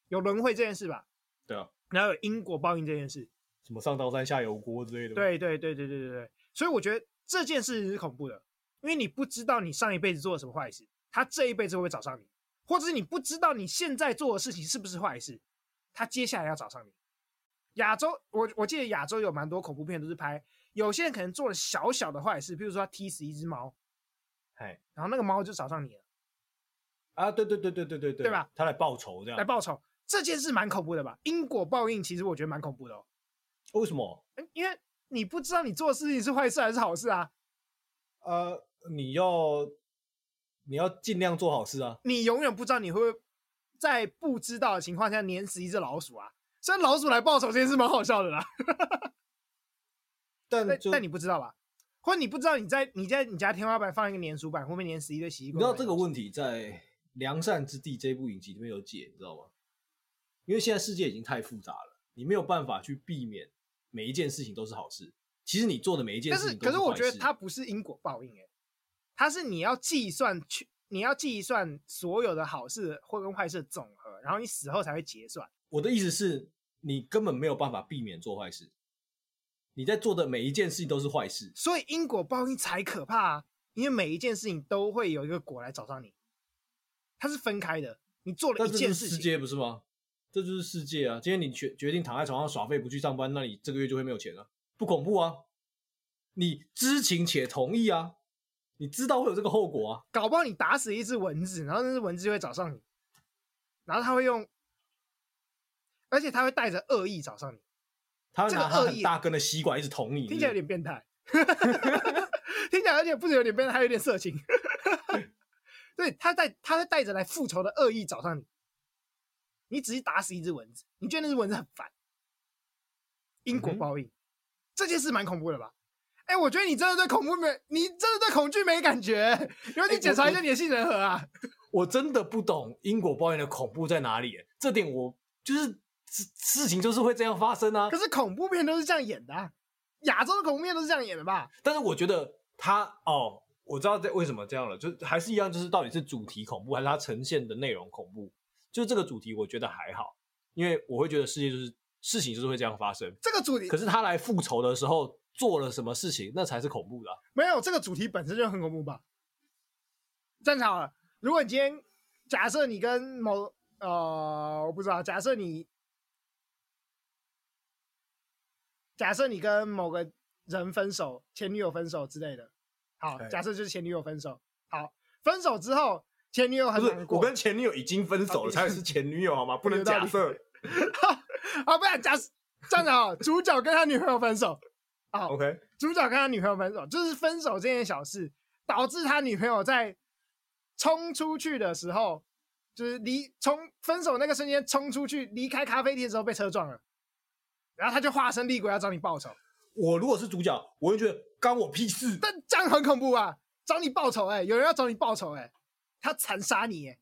[SPEAKER 1] 有轮回这件事吧，
[SPEAKER 2] 对啊，
[SPEAKER 1] 然后有因果报应这件事，
[SPEAKER 2] 什么上刀山下油锅之类的，，
[SPEAKER 1] 对对对对对对对，所以我觉得这件事情是恐怖的，因为你不知道你上一辈子做了什么坏事，他这一辈子会不会找上你，或者是你不知道你现在做的事情是不是坏事，他接下来要找上你。亚洲，我我记得亚洲有蛮多恐怖片都是拍，有些人可能做了小小的坏事，比如说他踢死一只猫，
[SPEAKER 2] 哎
[SPEAKER 1] 然后那个猫就找上你了，
[SPEAKER 2] 啊，对对对对对对对，
[SPEAKER 1] 对吧？
[SPEAKER 2] 他来报仇这样，
[SPEAKER 1] 来报仇。这件事蛮恐怖的吧？因果报应其实我觉得蛮恐怖的哦，
[SPEAKER 2] 为什么？
[SPEAKER 1] 嗯因为你不知道你做的事情是坏事还是好事啊，
[SPEAKER 2] 呃，你要你要尽量做好事啊，
[SPEAKER 1] 你永远不知道你会不会在不知道的情况下碾死一只老鼠啊。虽然老鼠来报仇这件事蛮好笑的啦，
[SPEAKER 2] 但
[SPEAKER 1] 但
[SPEAKER 2] 就
[SPEAKER 1] 但你不知道吧？或者你不知道你在你在你家天花板放一个粘鼠板，会不会碾死一堆奇异
[SPEAKER 2] 你
[SPEAKER 1] 怪
[SPEAKER 2] 知
[SPEAKER 1] 怪
[SPEAKER 2] 道
[SPEAKER 1] 的
[SPEAKER 2] 这
[SPEAKER 1] 东西？
[SPEAKER 2] 个问题在《良善之地》这部影集里面有解，你知道吗？因为现在世界已经太复杂了，你没有办法去避免每一件事情都是好事。其实你做的每一件
[SPEAKER 1] 但
[SPEAKER 2] 事
[SPEAKER 1] 是
[SPEAKER 2] 情都
[SPEAKER 1] 可是我
[SPEAKER 2] 坏
[SPEAKER 1] 觉得
[SPEAKER 2] 事
[SPEAKER 1] 它不是因果报应、欸，它是你要计算去，你要计算所有的好事或跟坏事的总和，然后你死后才会结算。
[SPEAKER 2] 我的意思是，你根本没有办法避免做坏事，你在做的每一件事情都是坏事。
[SPEAKER 1] 所以因果报应才可怕啊！因为每一件事情都会有一个果来找上你，它是分开的。你做了
[SPEAKER 2] 但
[SPEAKER 1] 一
[SPEAKER 2] 这就
[SPEAKER 1] 件
[SPEAKER 2] 是
[SPEAKER 1] 事
[SPEAKER 2] 世
[SPEAKER 1] 情，
[SPEAKER 2] 界不是吗？这就是世界啊！今天你决决定躺在床上耍废不去上班，那你这个月就会没有钱啊，不恐怖啊？你知情且同意啊，你知道会有这个后果啊？
[SPEAKER 1] 搞不好你打死一只蚊子，然后那只蚊子就会找上你，然后它会用，而且它会带着恶意找上你，
[SPEAKER 2] 他会
[SPEAKER 1] 这个
[SPEAKER 2] 拿他
[SPEAKER 1] 恶
[SPEAKER 2] 很
[SPEAKER 1] 意
[SPEAKER 2] 大根的吸管一直捅你，
[SPEAKER 1] 听起来有
[SPEAKER 2] 是
[SPEAKER 1] 点变态， 听起来而且不止有点变态，还有点色情。 对，它带它会带着来复仇的恶意找上你，你只是打死一只蚊子，你觉得那只蚊子很烦，因果
[SPEAKER 2] 嗯哼
[SPEAKER 1] 报应，这件事蛮恐怖的吧？哎、我觉得你真的对恐怖没，你真的对恐惧没感觉、因为
[SPEAKER 2] 哎
[SPEAKER 1] 你
[SPEAKER 2] 我
[SPEAKER 1] 检查一
[SPEAKER 2] 我
[SPEAKER 1] 下你的杏仁核啊。
[SPEAKER 2] 我真的不懂因果报应的恐怖在哪里、欸这点我就是事事情就是会这样发生啊
[SPEAKER 1] 可。是恐怖片都是这样演的、啊，亚洲的恐怖片都是这样演的吧？
[SPEAKER 2] 但是我觉得他哦，我知道在为什么这样了，就是还是一样，就是到底是主题恐怖还是它呈现的内容恐怖？就是这个主题，我觉得还好，因为我会觉得世界就是事情就是会这样发生。
[SPEAKER 1] 这个主题
[SPEAKER 2] 可是他来复仇的时候做了什么事情，那才是恐怖的啊、
[SPEAKER 1] 没有，这个主题本身就很恐怖吧？正常了，如果你今天假设你跟某呃，我不知道，假设你假设你跟某个人分手，前女友分手之类的，好
[SPEAKER 2] 哎，
[SPEAKER 1] 假设就是前女友分手，好，分手之后前女友很
[SPEAKER 2] 不
[SPEAKER 1] 难
[SPEAKER 2] 是，
[SPEAKER 1] 过，
[SPEAKER 2] 我跟前女友已经分手
[SPEAKER 1] 啊
[SPEAKER 2] 了，才是前女友好吗？不能
[SPEAKER 1] 有道理
[SPEAKER 2] 假设。
[SPEAKER 1] 啊，不然假设这样子啊，主角跟他女朋友分手哦
[SPEAKER 2] OK，
[SPEAKER 1] 主角跟他女朋友分手，就是分手这件小事，导致他女朋友在冲出去的时候，就是离冲分手那个瞬间冲出去离开咖啡店的时候被车撞了，然后他就化身厉鬼要找你报仇，
[SPEAKER 2] 我如果是主角，我会觉得干我屁事。
[SPEAKER 1] 但这样很恐怖啊！找你报仇哎、有人要找你报仇哎、他残杀你哎、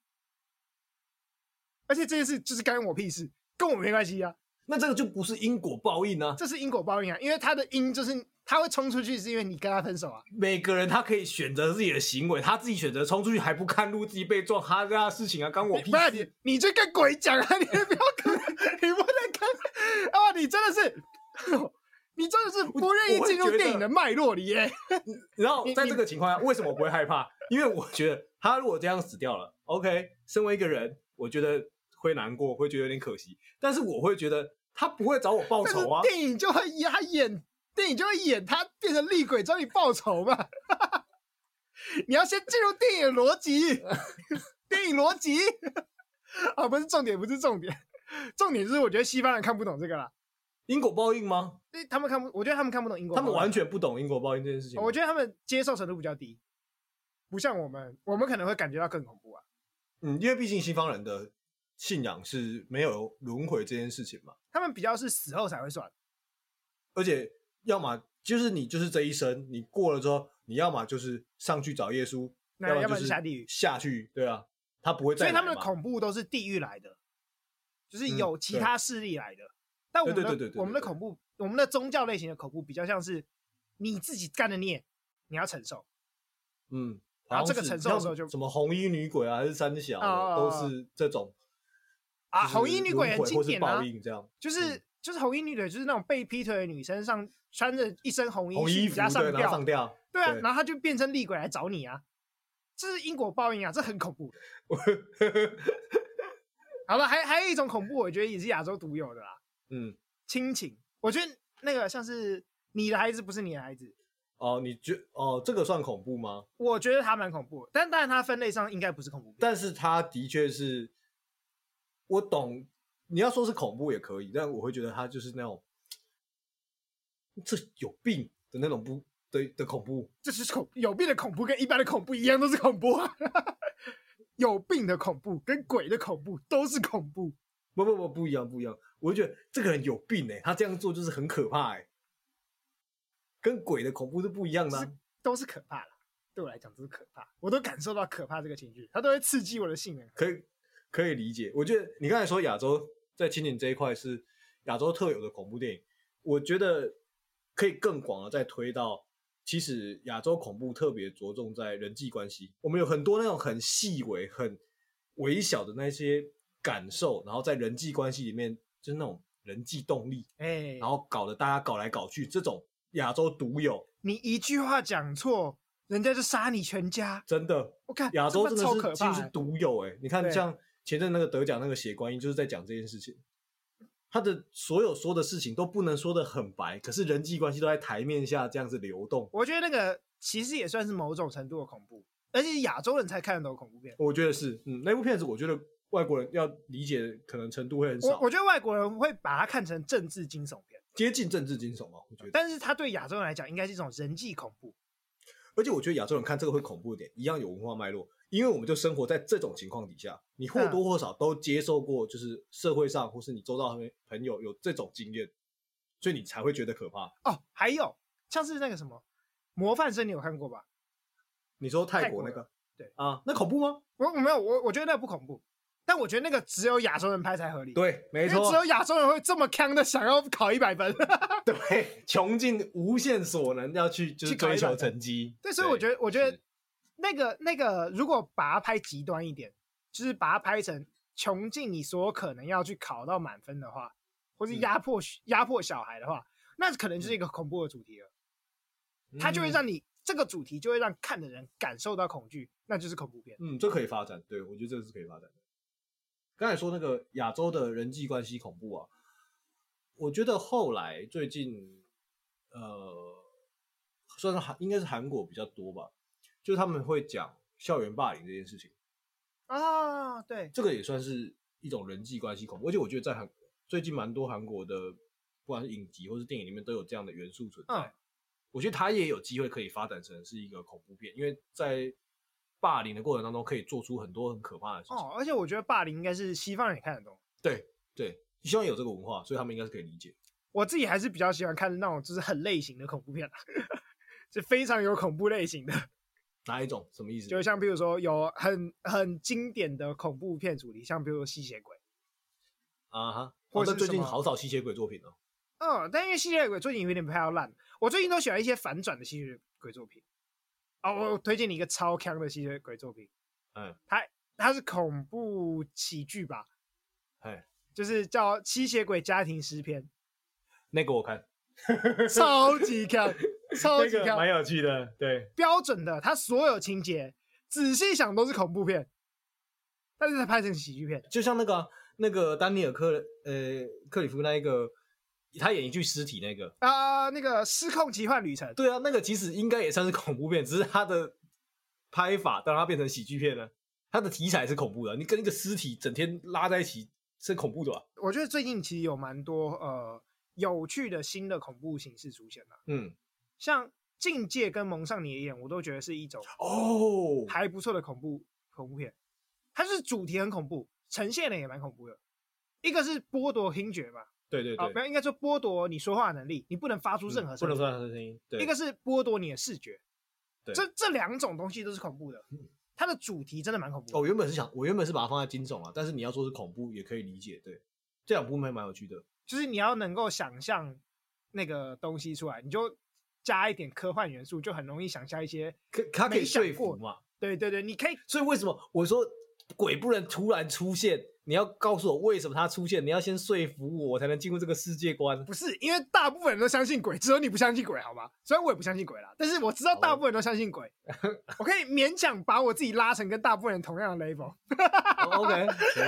[SPEAKER 1] 而且这件事就是干我屁事，跟我没关系啊，
[SPEAKER 2] 那这个就不是因果报应啊！
[SPEAKER 1] 这是因果报应啊，因为他的因就是他会冲出去是因为你跟他分手啊，
[SPEAKER 2] 每个人他可以选择自己的行为，他自己选择冲出去还不看路，自己被撞，他家的事情啊，干我
[SPEAKER 1] 你
[SPEAKER 2] 屁
[SPEAKER 1] 不要
[SPEAKER 2] 事！
[SPEAKER 1] 你，你去跟鬼讲啊！你不要跟，你不能跟哦，你真的是，你真的是不愿意进入电影的脉络里耶。
[SPEAKER 2] 然后
[SPEAKER 1] 你
[SPEAKER 2] 在
[SPEAKER 1] 你
[SPEAKER 2] 这个情况下，为什么我不会害怕？因为我觉得他如果这样死掉了，OK，身为一个人，我觉得会难过，会觉得有点可惜，但是我会觉得他不会找我报
[SPEAKER 1] 但是
[SPEAKER 2] 仇啊。
[SPEAKER 1] 电影就会演他演，电影就会演他变成厉鬼找你报仇嘛。 你要先进入电影的逻辑， 电影逻辑啊，不是重点，不是重点，重点就是我觉得西方人看不懂这个啦，
[SPEAKER 2] 因果报应吗？
[SPEAKER 1] 因为他们看不，我觉得他们看不懂英国
[SPEAKER 2] 他
[SPEAKER 1] 文化，
[SPEAKER 2] 们完全不懂因果报应这件事情吗。
[SPEAKER 1] 我觉得他们接受程度比较低，不像我们，我们可能会感觉到更恐怖啊。
[SPEAKER 2] 嗯，因为毕竟西方人的信仰是没有轮回这件事情嘛，
[SPEAKER 1] 他们比较是死后才会算，
[SPEAKER 2] 而且要么就是你就是这一生，你过了之后，你要么就是上去找耶稣，
[SPEAKER 1] 那
[SPEAKER 2] 么
[SPEAKER 1] 要不
[SPEAKER 2] 就
[SPEAKER 1] 然
[SPEAKER 2] 是
[SPEAKER 1] 下地狱
[SPEAKER 2] 下去，对啊，他不会再
[SPEAKER 1] 所以
[SPEAKER 2] 来嘛。
[SPEAKER 1] 他们的恐怖都是地狱来的，就是有
[SPEAKER 2] 嗯
[SPEAKER 1] 其
[SPEAKER 2] 对
[SPEAKER 1] 他势力来的。但我们的
[SPEAKER 2] 对对对对对对
[SPEAKER 1] 我们的
[SPEAKER 2] 对
[SPEAKER 1] 恐怖，我们的宗教类型的恐怖比较像是你自己干的孽，你要承受。
[SPEAKER 2] 嗯，
[SPEAKER 1] 然后啊
[SPEAKER 2] 好像
[SPEAKER 1] 这个
[SPEAKER 2] 是
[SPEAKER 1] 承受的
[SPEAKER 2] 像
[SPEAKER 1] 时候就
[SPEAKER 2] 什么红衣女鬼啊，还是三小的、
[SPEAKER 1] 啊啊啊
[SPEAKER 2] 都是这种
[SPEAKER 1] 啊
[SPEAKER 2] 就是
[SPEAKER 1] 红衣女鬼很
[SPEAKER 2] 轮回
[SPEAKER 1] 经
[SPEAKER 2] 或是
[SPEAKER 1] 典啊
[SPEAKER 2] 报应这嗯样，
[SPEAKER 1] 就是、就是红衣女鬼，就是那种被劈腿的女生上穿着一身红衣
[SPEAKER 2] 红衣
[SPEAKER 1] 去
[SPEAKER 2] 服
[SPEAKER 1] 加
[SPEAKER 2] 对，
[SPEAKER 1] 上
[SPEAKER 2] 然后
[SPEAKER 1] 吊，
[SPEAKER 2] 上吊。
[SPEAKER 1] 对啊，
[SPEAKER 2] 对
[SPEAKER 1] 然后她就变成厉鬼来找你啊，这是因果报应啊，这很恐怖。好了，还还有一种恐怖，我觉得也是亚洲独有的啦，
[SPEAKER 2] 嗯，
[SPEAKER 1] 亲情。我觉得那个像是你的孩子不是你的孩子，
[SPEAKER 2] 哦，你觉哦这个算恐怖吗？
[SPEAKER 1] 我觉得它蛮恐怖的，但当然它分类上应该不是恐怖片。
[SPEAKER 2] 但是他的确是，我懂，你要说是恐怖也可以，但我会觉得他就是那种这有病的那种不的的恐怖，
[SPEAKER 1] 这是恐有病的恐怖，跟一般的恐怖一样，都是恐怖、啊。 有病的恐怖跟鬼的恐怖都是恐怖，
[SPEAKER 2] 不不不不一样不一样，我就觉得这个人有病哎、他这样做就是很可怕哎、跟鬼的恐怖是不一样的啊、
[SPEAKER 1] 是都是可怕啦。对我来讲，这是可怕，我都感受到可怕这个情绪，它都会刺激我的性能。
[SPEAKER 2] 可以可以理解。我觉得你刚才说亚洲在亲情这一块是亚洲特有的恐怖电影，我觉得可以更广的再推到，其实亚洲恐怖特别着重在人际关系，我们有很多那种很细微、很微小的那些感受，然后在人际关系里面就是那种人际动力，
[SPEAKER 1] 哎、
[SPEAKER 2] 然后搞得大家搞来搞去，这种亚洲独有，
[SPEAKER 1] 你一句话讲错，人家就杀你全家。
[SPEAKER 2] 真的
[SPEAKER 1] 我看
[SPEAKER 2] 亚 洲
[SPEAKER 1] 这
[SPEAKER 2] 真
[SPEAKER 1] 超
[SPEAKER 2] 的
[SPEAKER 1] 可
[SPEAKER 2] 是几乎
[SPEAKER 1] 怕、
[SPEAKER 2] 是
[SPEAKER 1] 欸，
[SPEAKER 2] 独有哎、你看
[SPEAKER 1] 对
[SPEAKER 2] 像前阵那个得奖那个血观音就是在讲这件事情，他的所有说的事情都不能说的很白，可是人际关系都在台面下这样子流动，
[SPEAKER 1] 我觉得那个其实也算是某种程度的恐怖，而且亚洲人才看得懂恐怖片。
[SPEAKER 2] 我觉得是，嗯，那部片子我觉得外国人要理解的可能程度会很
[SPEAKER 1] 我
[SPEAKER 2] 少
[SPEAKER 1] 我，觉得外国人会把它看成政治惊悚片，
[SPEAKER 2] 接近政治惊悚嘛，我觉得，
[SPEAKER 1] 但是它对亚洲人来讲应该是一种人际恐怖。
[SPEAKER 2] 而且我觉得亚洲人看这个会恐怖一点，一样有文化脉络。因为我们就生活在这种情况底下，
[SPEAKER 1] 嗯
[SPEAKER 2] 你或多或少都接受过，就是社会上或是你周遭的朋友有这种经验，所以你才会觉得可怕。
[SPEAKER 1] 哦，还有像是那个什么《模范生》，你有看过吧？
[SPEAKER 2] 你说泰
[SPEAKER 1] 泰
[SPEAKER 2] 国
[SPEAKER 1] 国
[SPEAKER 2] 那
[SPEAKER 1] 的
[SPEAKER 2] 个？
[SPEAKER 1] 对
[SPEAKER 2] 啊，那恐怖吗？
[SPEAKER 1] 我我没有，我我觉得那不恐怖，但我觉得那个只有亚洲人拍才合理。。
[SPEAKER 2] 对，没啊
[SPEAKER 1] 因为只有亚洲人会这么坑的想要考一百分，
[SPEAKER 2] 对， 穷尽无限所能要去就是
[SPEAKER 1] 去搞一
[SPEAKER 2] 追
[SPEAKER 1] 百
[SPEAKER 2] 求
[SPEAKER 1] 分
[SPEAKER 2] 成绩。
[SPEAKER 1] 对，所以我觉得，我觉得
[SPEAKER 2] 是
[SPEAKER 1] 那个那个，如果把它拍极端一点，就是把它拍成穷尽你所有可能要去考到满分的话，或是
[SPEAKER 2] 嗯
[SPEAKER 1] 压迫压迫小孩的话，那可能就是一个恐怖的主题了。它
[SPEAKER 2] 嗯
[SPEAKER 1] 就会让你这个主题就会让看的人感受到恐惧，那就是恐怖片。
[SPEAKER 2] 嗯，嗯这可以发展。对，我觉得这个是可以发展的。刚才说那个亚洲的人际关系恐怖啊，我觉得后来最近呃，算是韩应该是韩国比较多吧，就他们会讲校园霸凌这件事情。
[SPEAKER 1] 啊、对，
[SPEAKER 2] 这个也算是一种人际关系恐怖，而且我觉得在韩最近蛮多韩国的不管是影集或是电影里面都有这样的元素存在。
[SPEAKER 1] 嗯
[SPEAKER 2] 我觉得它也有机会可以发展成是一个恐怖片，因为在霸凌的过程当中可以做出很多很可怕的事情。
[SPEAKER 1] 哦，而且我觉得霸凌应该是西方人也看得懂，
[SPEAKER 2] 对对，希望有这个文化，所以他们应该是可以理解。
[SPEAKER 1] 我自己还是比较喜欢看那种就是很类型的恐怖片啦， 是非常有恐怖类型的，
[SPEAKER 2] 哪一种？什么意思？
[SPEAKER 1] 就像比如说有很很经典的恐怖片主题，像比如说吸血鬼，
[SPEAKER 2] 啊哈，
[SPEAKER 1] 或
[SPEAKER 2] 或
[SPEAKER 1] 者是
[SPEAKER 2] 者最
[SPEAKER 1] 什
[SPEAKER 2] 近
[SPEAKER 1] 么
[SPEAKER 2] 好少吸血鬼作品哦。
[SPEAKER 1] 嗯，但因为吸血鬼最近有点拍到烂，我最近都喜欢一些反转的吸血鬼作品。哦，我推荐你一个超强的吸血鬼作品，
[SPEAKER 2] 嗯，
[SPEAKER 1] 它是恐怖喜剧吧，
[SPEAKER 2] 哎，
[SPEAKER 1] 就是叫《吸血鬼家庭诗 篇
[SPEAKER 2] 那个我看，》，
[SPEAKER 1] 超级 强，超
[SPEAKER 2] 那
[SPEAKER 1] 级
[SPEAKER 2] 个
[SPEAKER 1] 强
[SPEAKER 2] 蛮，有趣的。对，
[SPEAKER 1] 标准的，它所有情节仔细想都是恐怖片，但是它拍成喜剧片，
[SPEAKER 2] 就像那个啊、那个丹尼尔克呃克里夫那一个，他演一具尸体那个。
[SPEAKER 1] 啊、那个《失控奇幻旅程》，
[SPEAKER 2] 对啊，那个其实应该也算是恐怖片，只是他的拍法让它变成喜剧片了。他的题材是恐怖的，你跟一个尸体整天拉在一起是恐怖的吧？
[SPEAKER 1] 我觉得最近其实有蛮多呃有趣的新的恐怖形式出现了，
[SPEAKER 2] 嗯，
[SPEAKER 1] 像《境界》跟《蒙上你的眼》，我都觉得是一种
[SPEAKER 2] 哦，
[SPEAKER 1] 还不错的恐怖恐怖片，它是主题很恐怖，呈现的也蛮恐怖的。一个是剥夺听觉嘛，
[SPEAKER 2] 对对
[SPEAKER 1] 啊、
[SPEAKER 2] 对，
[SPEAKER 1] 没有，应该说剥夺你说话的能力，你不能发出任何
[SPEAKER 2] 嗯不
[SPEAKER 1] 声音
[SPEAKER 2] 能。说他的声音，对，
[SPEAKER 1] 一个是剥夺你的视觉，
[SPEAKER 2] 对嗯
[SPEAKER 1] 这这两种东西都是恐怖的，它的主题真的蛮恐怖的。
[SPEAKER 2] 哦，原本是想我原本是把它放在惊悚啊，但是你要说是恐怖也可以理解，对，这两部片蛮有趣的，
[SPEAKER 1] 就是你要能够想象那个东西出来，你就加一点科幻元素，就很容易想象一些。
[SPEAKER 2] 可它可以
[SPEAKER 1] 没想
[SPEAKER 2] 说服
[SPEAKER 1] 过
[SPEAKER 2] 嘛，
[SPEAKER 1] 对对对，你可以
[SPEAKER 2] 所以为什么我说鬼不能突然出现？你要告诉我为什么它出现，你要先说服我，我才能进入这个世界观。
[SPEAKER 1] 不是因为大部分人都相信鬼，只有你不相信鬼，好吗？虽然我也不相信鬼啦，但是我知道
[SPEAKER 2] 好
[SPEAKER 1] 大部分人都相信 鬼，我可以勉强把我自己拉成跟大部分人同样的 level。
[SPEAKER 2] 哦 OK，可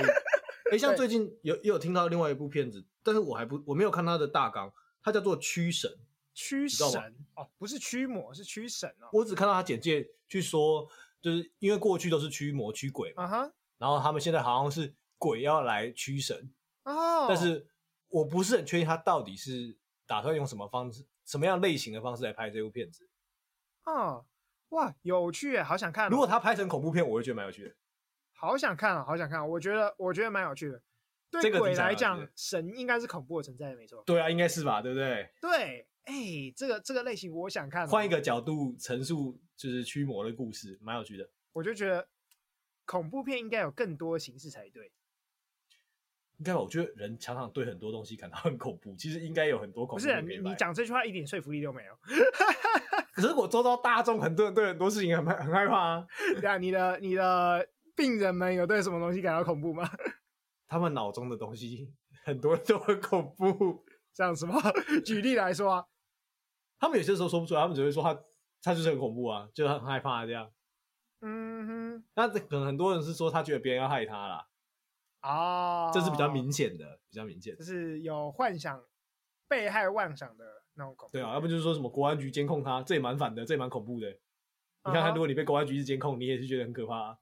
[SPEAKER 2] 以。哎、像
[SPEAKER 1] 对
[SPEAKER 2] 最近有也有听到另外一部片子，但是我还不我没有看它的大纲，它叫做《驱神》，
[SPEAKER 1] 驱
[SPEAKER 2] 知道吗
[SPEAKER 1] 神哦，不是驱魔，是驱神哦。
[SPEAKER 2] 我只看到它简介去说，就是因为过去都是驱魔驱鬼嘛，
[SPEAKER 1] 啊哈，
[SPEAKER 2] 然后他们现在好像是鬼要来驱神，
[SPEAKER 1] 哦，
[SPEAKER 2] 但是我不是很确定他到底是打算用什么方式、什么样类型的方式来拍这部片子。
[SPEAKER 1] 哦，哇，有趣耶，好想看哦。
[SPEAKER 2] 如果他拍成恐怖片，我会觉得蛮有趣的。
[SPEAKER 1] 好想看啊，好想看啊！我觉得我觉得蛮有趣的。
[SPEAKER 2] 这
[SPEAKER 1] 对
[SPEAKER 2] 个
[SPEAKER 1] 鬼
[SPEAKER 2] 题材
[SPEAKER 1] 来
[SPEAKER 2] 蛮有趣
[SPEAKER 1] 讲
[SPEAKER 2] 的，
[SPEAKER 1] 神应该是恐怖的存在，没错。
[SPEAKER 2] 对啊，应该是吧，对不对？
[SPEAKER 1] 对，哎、这个这个类型我想看、哦
[SPEAKER 2] 换一，个角度陈述就是驱魔的故事，蛮有趣的。
[SPEAKER 1] 我就觉得恐怖片应该有更多形式才对。
[SPEAKER 2] 应该吧？我觉得人常常对很多东西感到很恐怖，其实应该有很多恐
[SPEAKER 1] 不
[SPEAKER 2] 怖
[SPEAKER 1] 是啊
[SPEAKER 2] 片可
[SPEAKER 1] 你
[SPEAKER 2] 以
[SPEAKER 1] 你
[SPEAKER 2] 拍。
[SPEAKER 1] 讲这句话一点说服力都没 有。
[SPEAKER 2] 可是我周遭大众很多人对很多事情很害很害怕啊，
[SPEAKER 1] 对啊，你的你的病人们有对什么东西感到恐怖吗？
[SPEAKER 2] 他们脑中的东西很多人都很恐怖。
[SPEAKER 1] 像什么？举例来说啊，
[SPEAKER 2] 他们有些时候说不出来，他们只会说他他就是很恐怖啊，就很害怕这样。
[SPEAKER 1] 嗯哼，
[SPEAKER 2] 那这可能很多人是说他觉得别人要害他啦，
[SPEAKER 1] 啊、
[SPEAKER 2] 这是比较，明显的，比较明显
[SPEAKER 1] 就
[SPEAKER 2] 的。
[SPEAKER 1] 是有幻想被害妄想的那种恐怖。
[SPEAKER 2] 对啊，要不就是说什么国安局监控他，这也蛮反的，这也蛮恐怖的。你看
[SPEAKER 1] 啊哈
[SPEAKER 2] 看，如果你被国安局一直监控，你也是觉得很可怕、啊。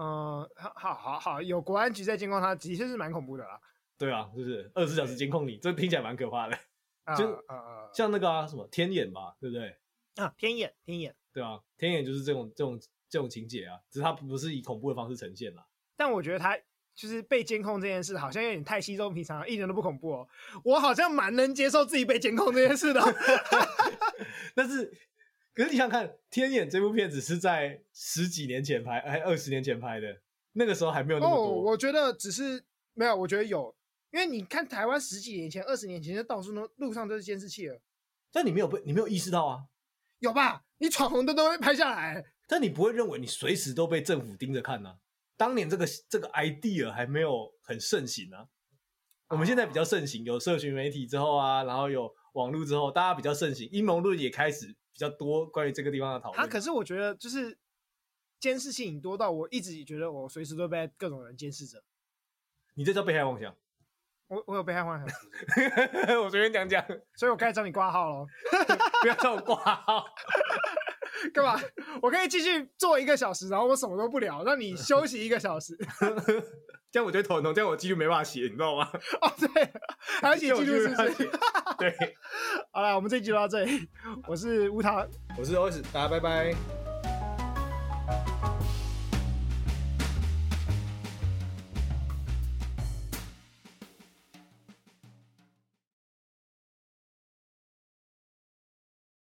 [SPEAKER 1] 嗯，好好好好，有国安局在监控他，的确是蛮恐怖的啦。
[SPEAKER 2] 对啊，是不是？二十四小时监控你，这听起来蛮可怕的。
[SPEAKER 1] 啊
[SPEAKER 2] 就
[SPEAKER 1] 啊啊
[SPEAKER 2] 像那个啊，什么天眼吧，对不对？
[SPEAKER 1] 啊！天眼，天眼。
[SPEAKER 2] 对啊，天眼就是这种这种这种情节啊，只是它不是以恐怖的方式呈现啦。
[SPEAKER 1] 但我觉得他就是被监控这件事，好像有点太稀松平常，一点都不恐怖哦。我好像蛮能接受自己被监控这件事的。
[SPEAKER 2] 但是，可是你想想看，天眼这部片子是在十几年前拍，哎还二十年前拍的，那个时候还 没有那么
[SPEAKER 1] 哦，
[SPEAKER 2] 多。
[SPEAKER 1] 我觉得只是没有，我觉得有，因为你看台湾十几年前、二十年前，就到处都路上都是监视器了，
[SPEAKER 2] 但你没有被，你没有意识到啊。
[SPEAKER 1] 有吧？你闯红灯都会被拍下来。
[SPEAKER 2] 但你不会认为你随时都被政府盯着看呢、当年这个这个 idea 还没有很盛行啊，我们现在比较盛行，有社群媒体之后啊，然后有网络之后，大家比较盛行，阴谋论也开始比较多关于这个地方的讨论。
[SPEAKER 1] 啊，可是我觉得就是监视器影多到我一直觉得我随时都被各种人监视着。
[SPEAKER 2] 你这叫被害妄想，
[SPEAKER 1] 我我有被害妄想，
[SPEAKER 2] 我随便讲 讲，
[SPEAKER 1] 所以我该找你挂号喽。
[SPEAKER 2] 不要叫我挂号。
[SPEAKER 1] 干嘛？我可以继续做一个小时，然后我什么都不聊，让你休息一个小时。
[SPEAKER 2] 这样我就会头很痛，这样我继续没办法写，你知道吗？
[SPEAKER 1] 哦，对，还要写记录是不
[SPEAKER 2] 这样我
[SPEAKER 1] 是？
[SPEAKER 2] 就没办法写 对，
[SPEAKER 1] 好了，我们这一集就到这里，我是吴糖。
[SPEAKER 2] 我是 OS，大家拜拜。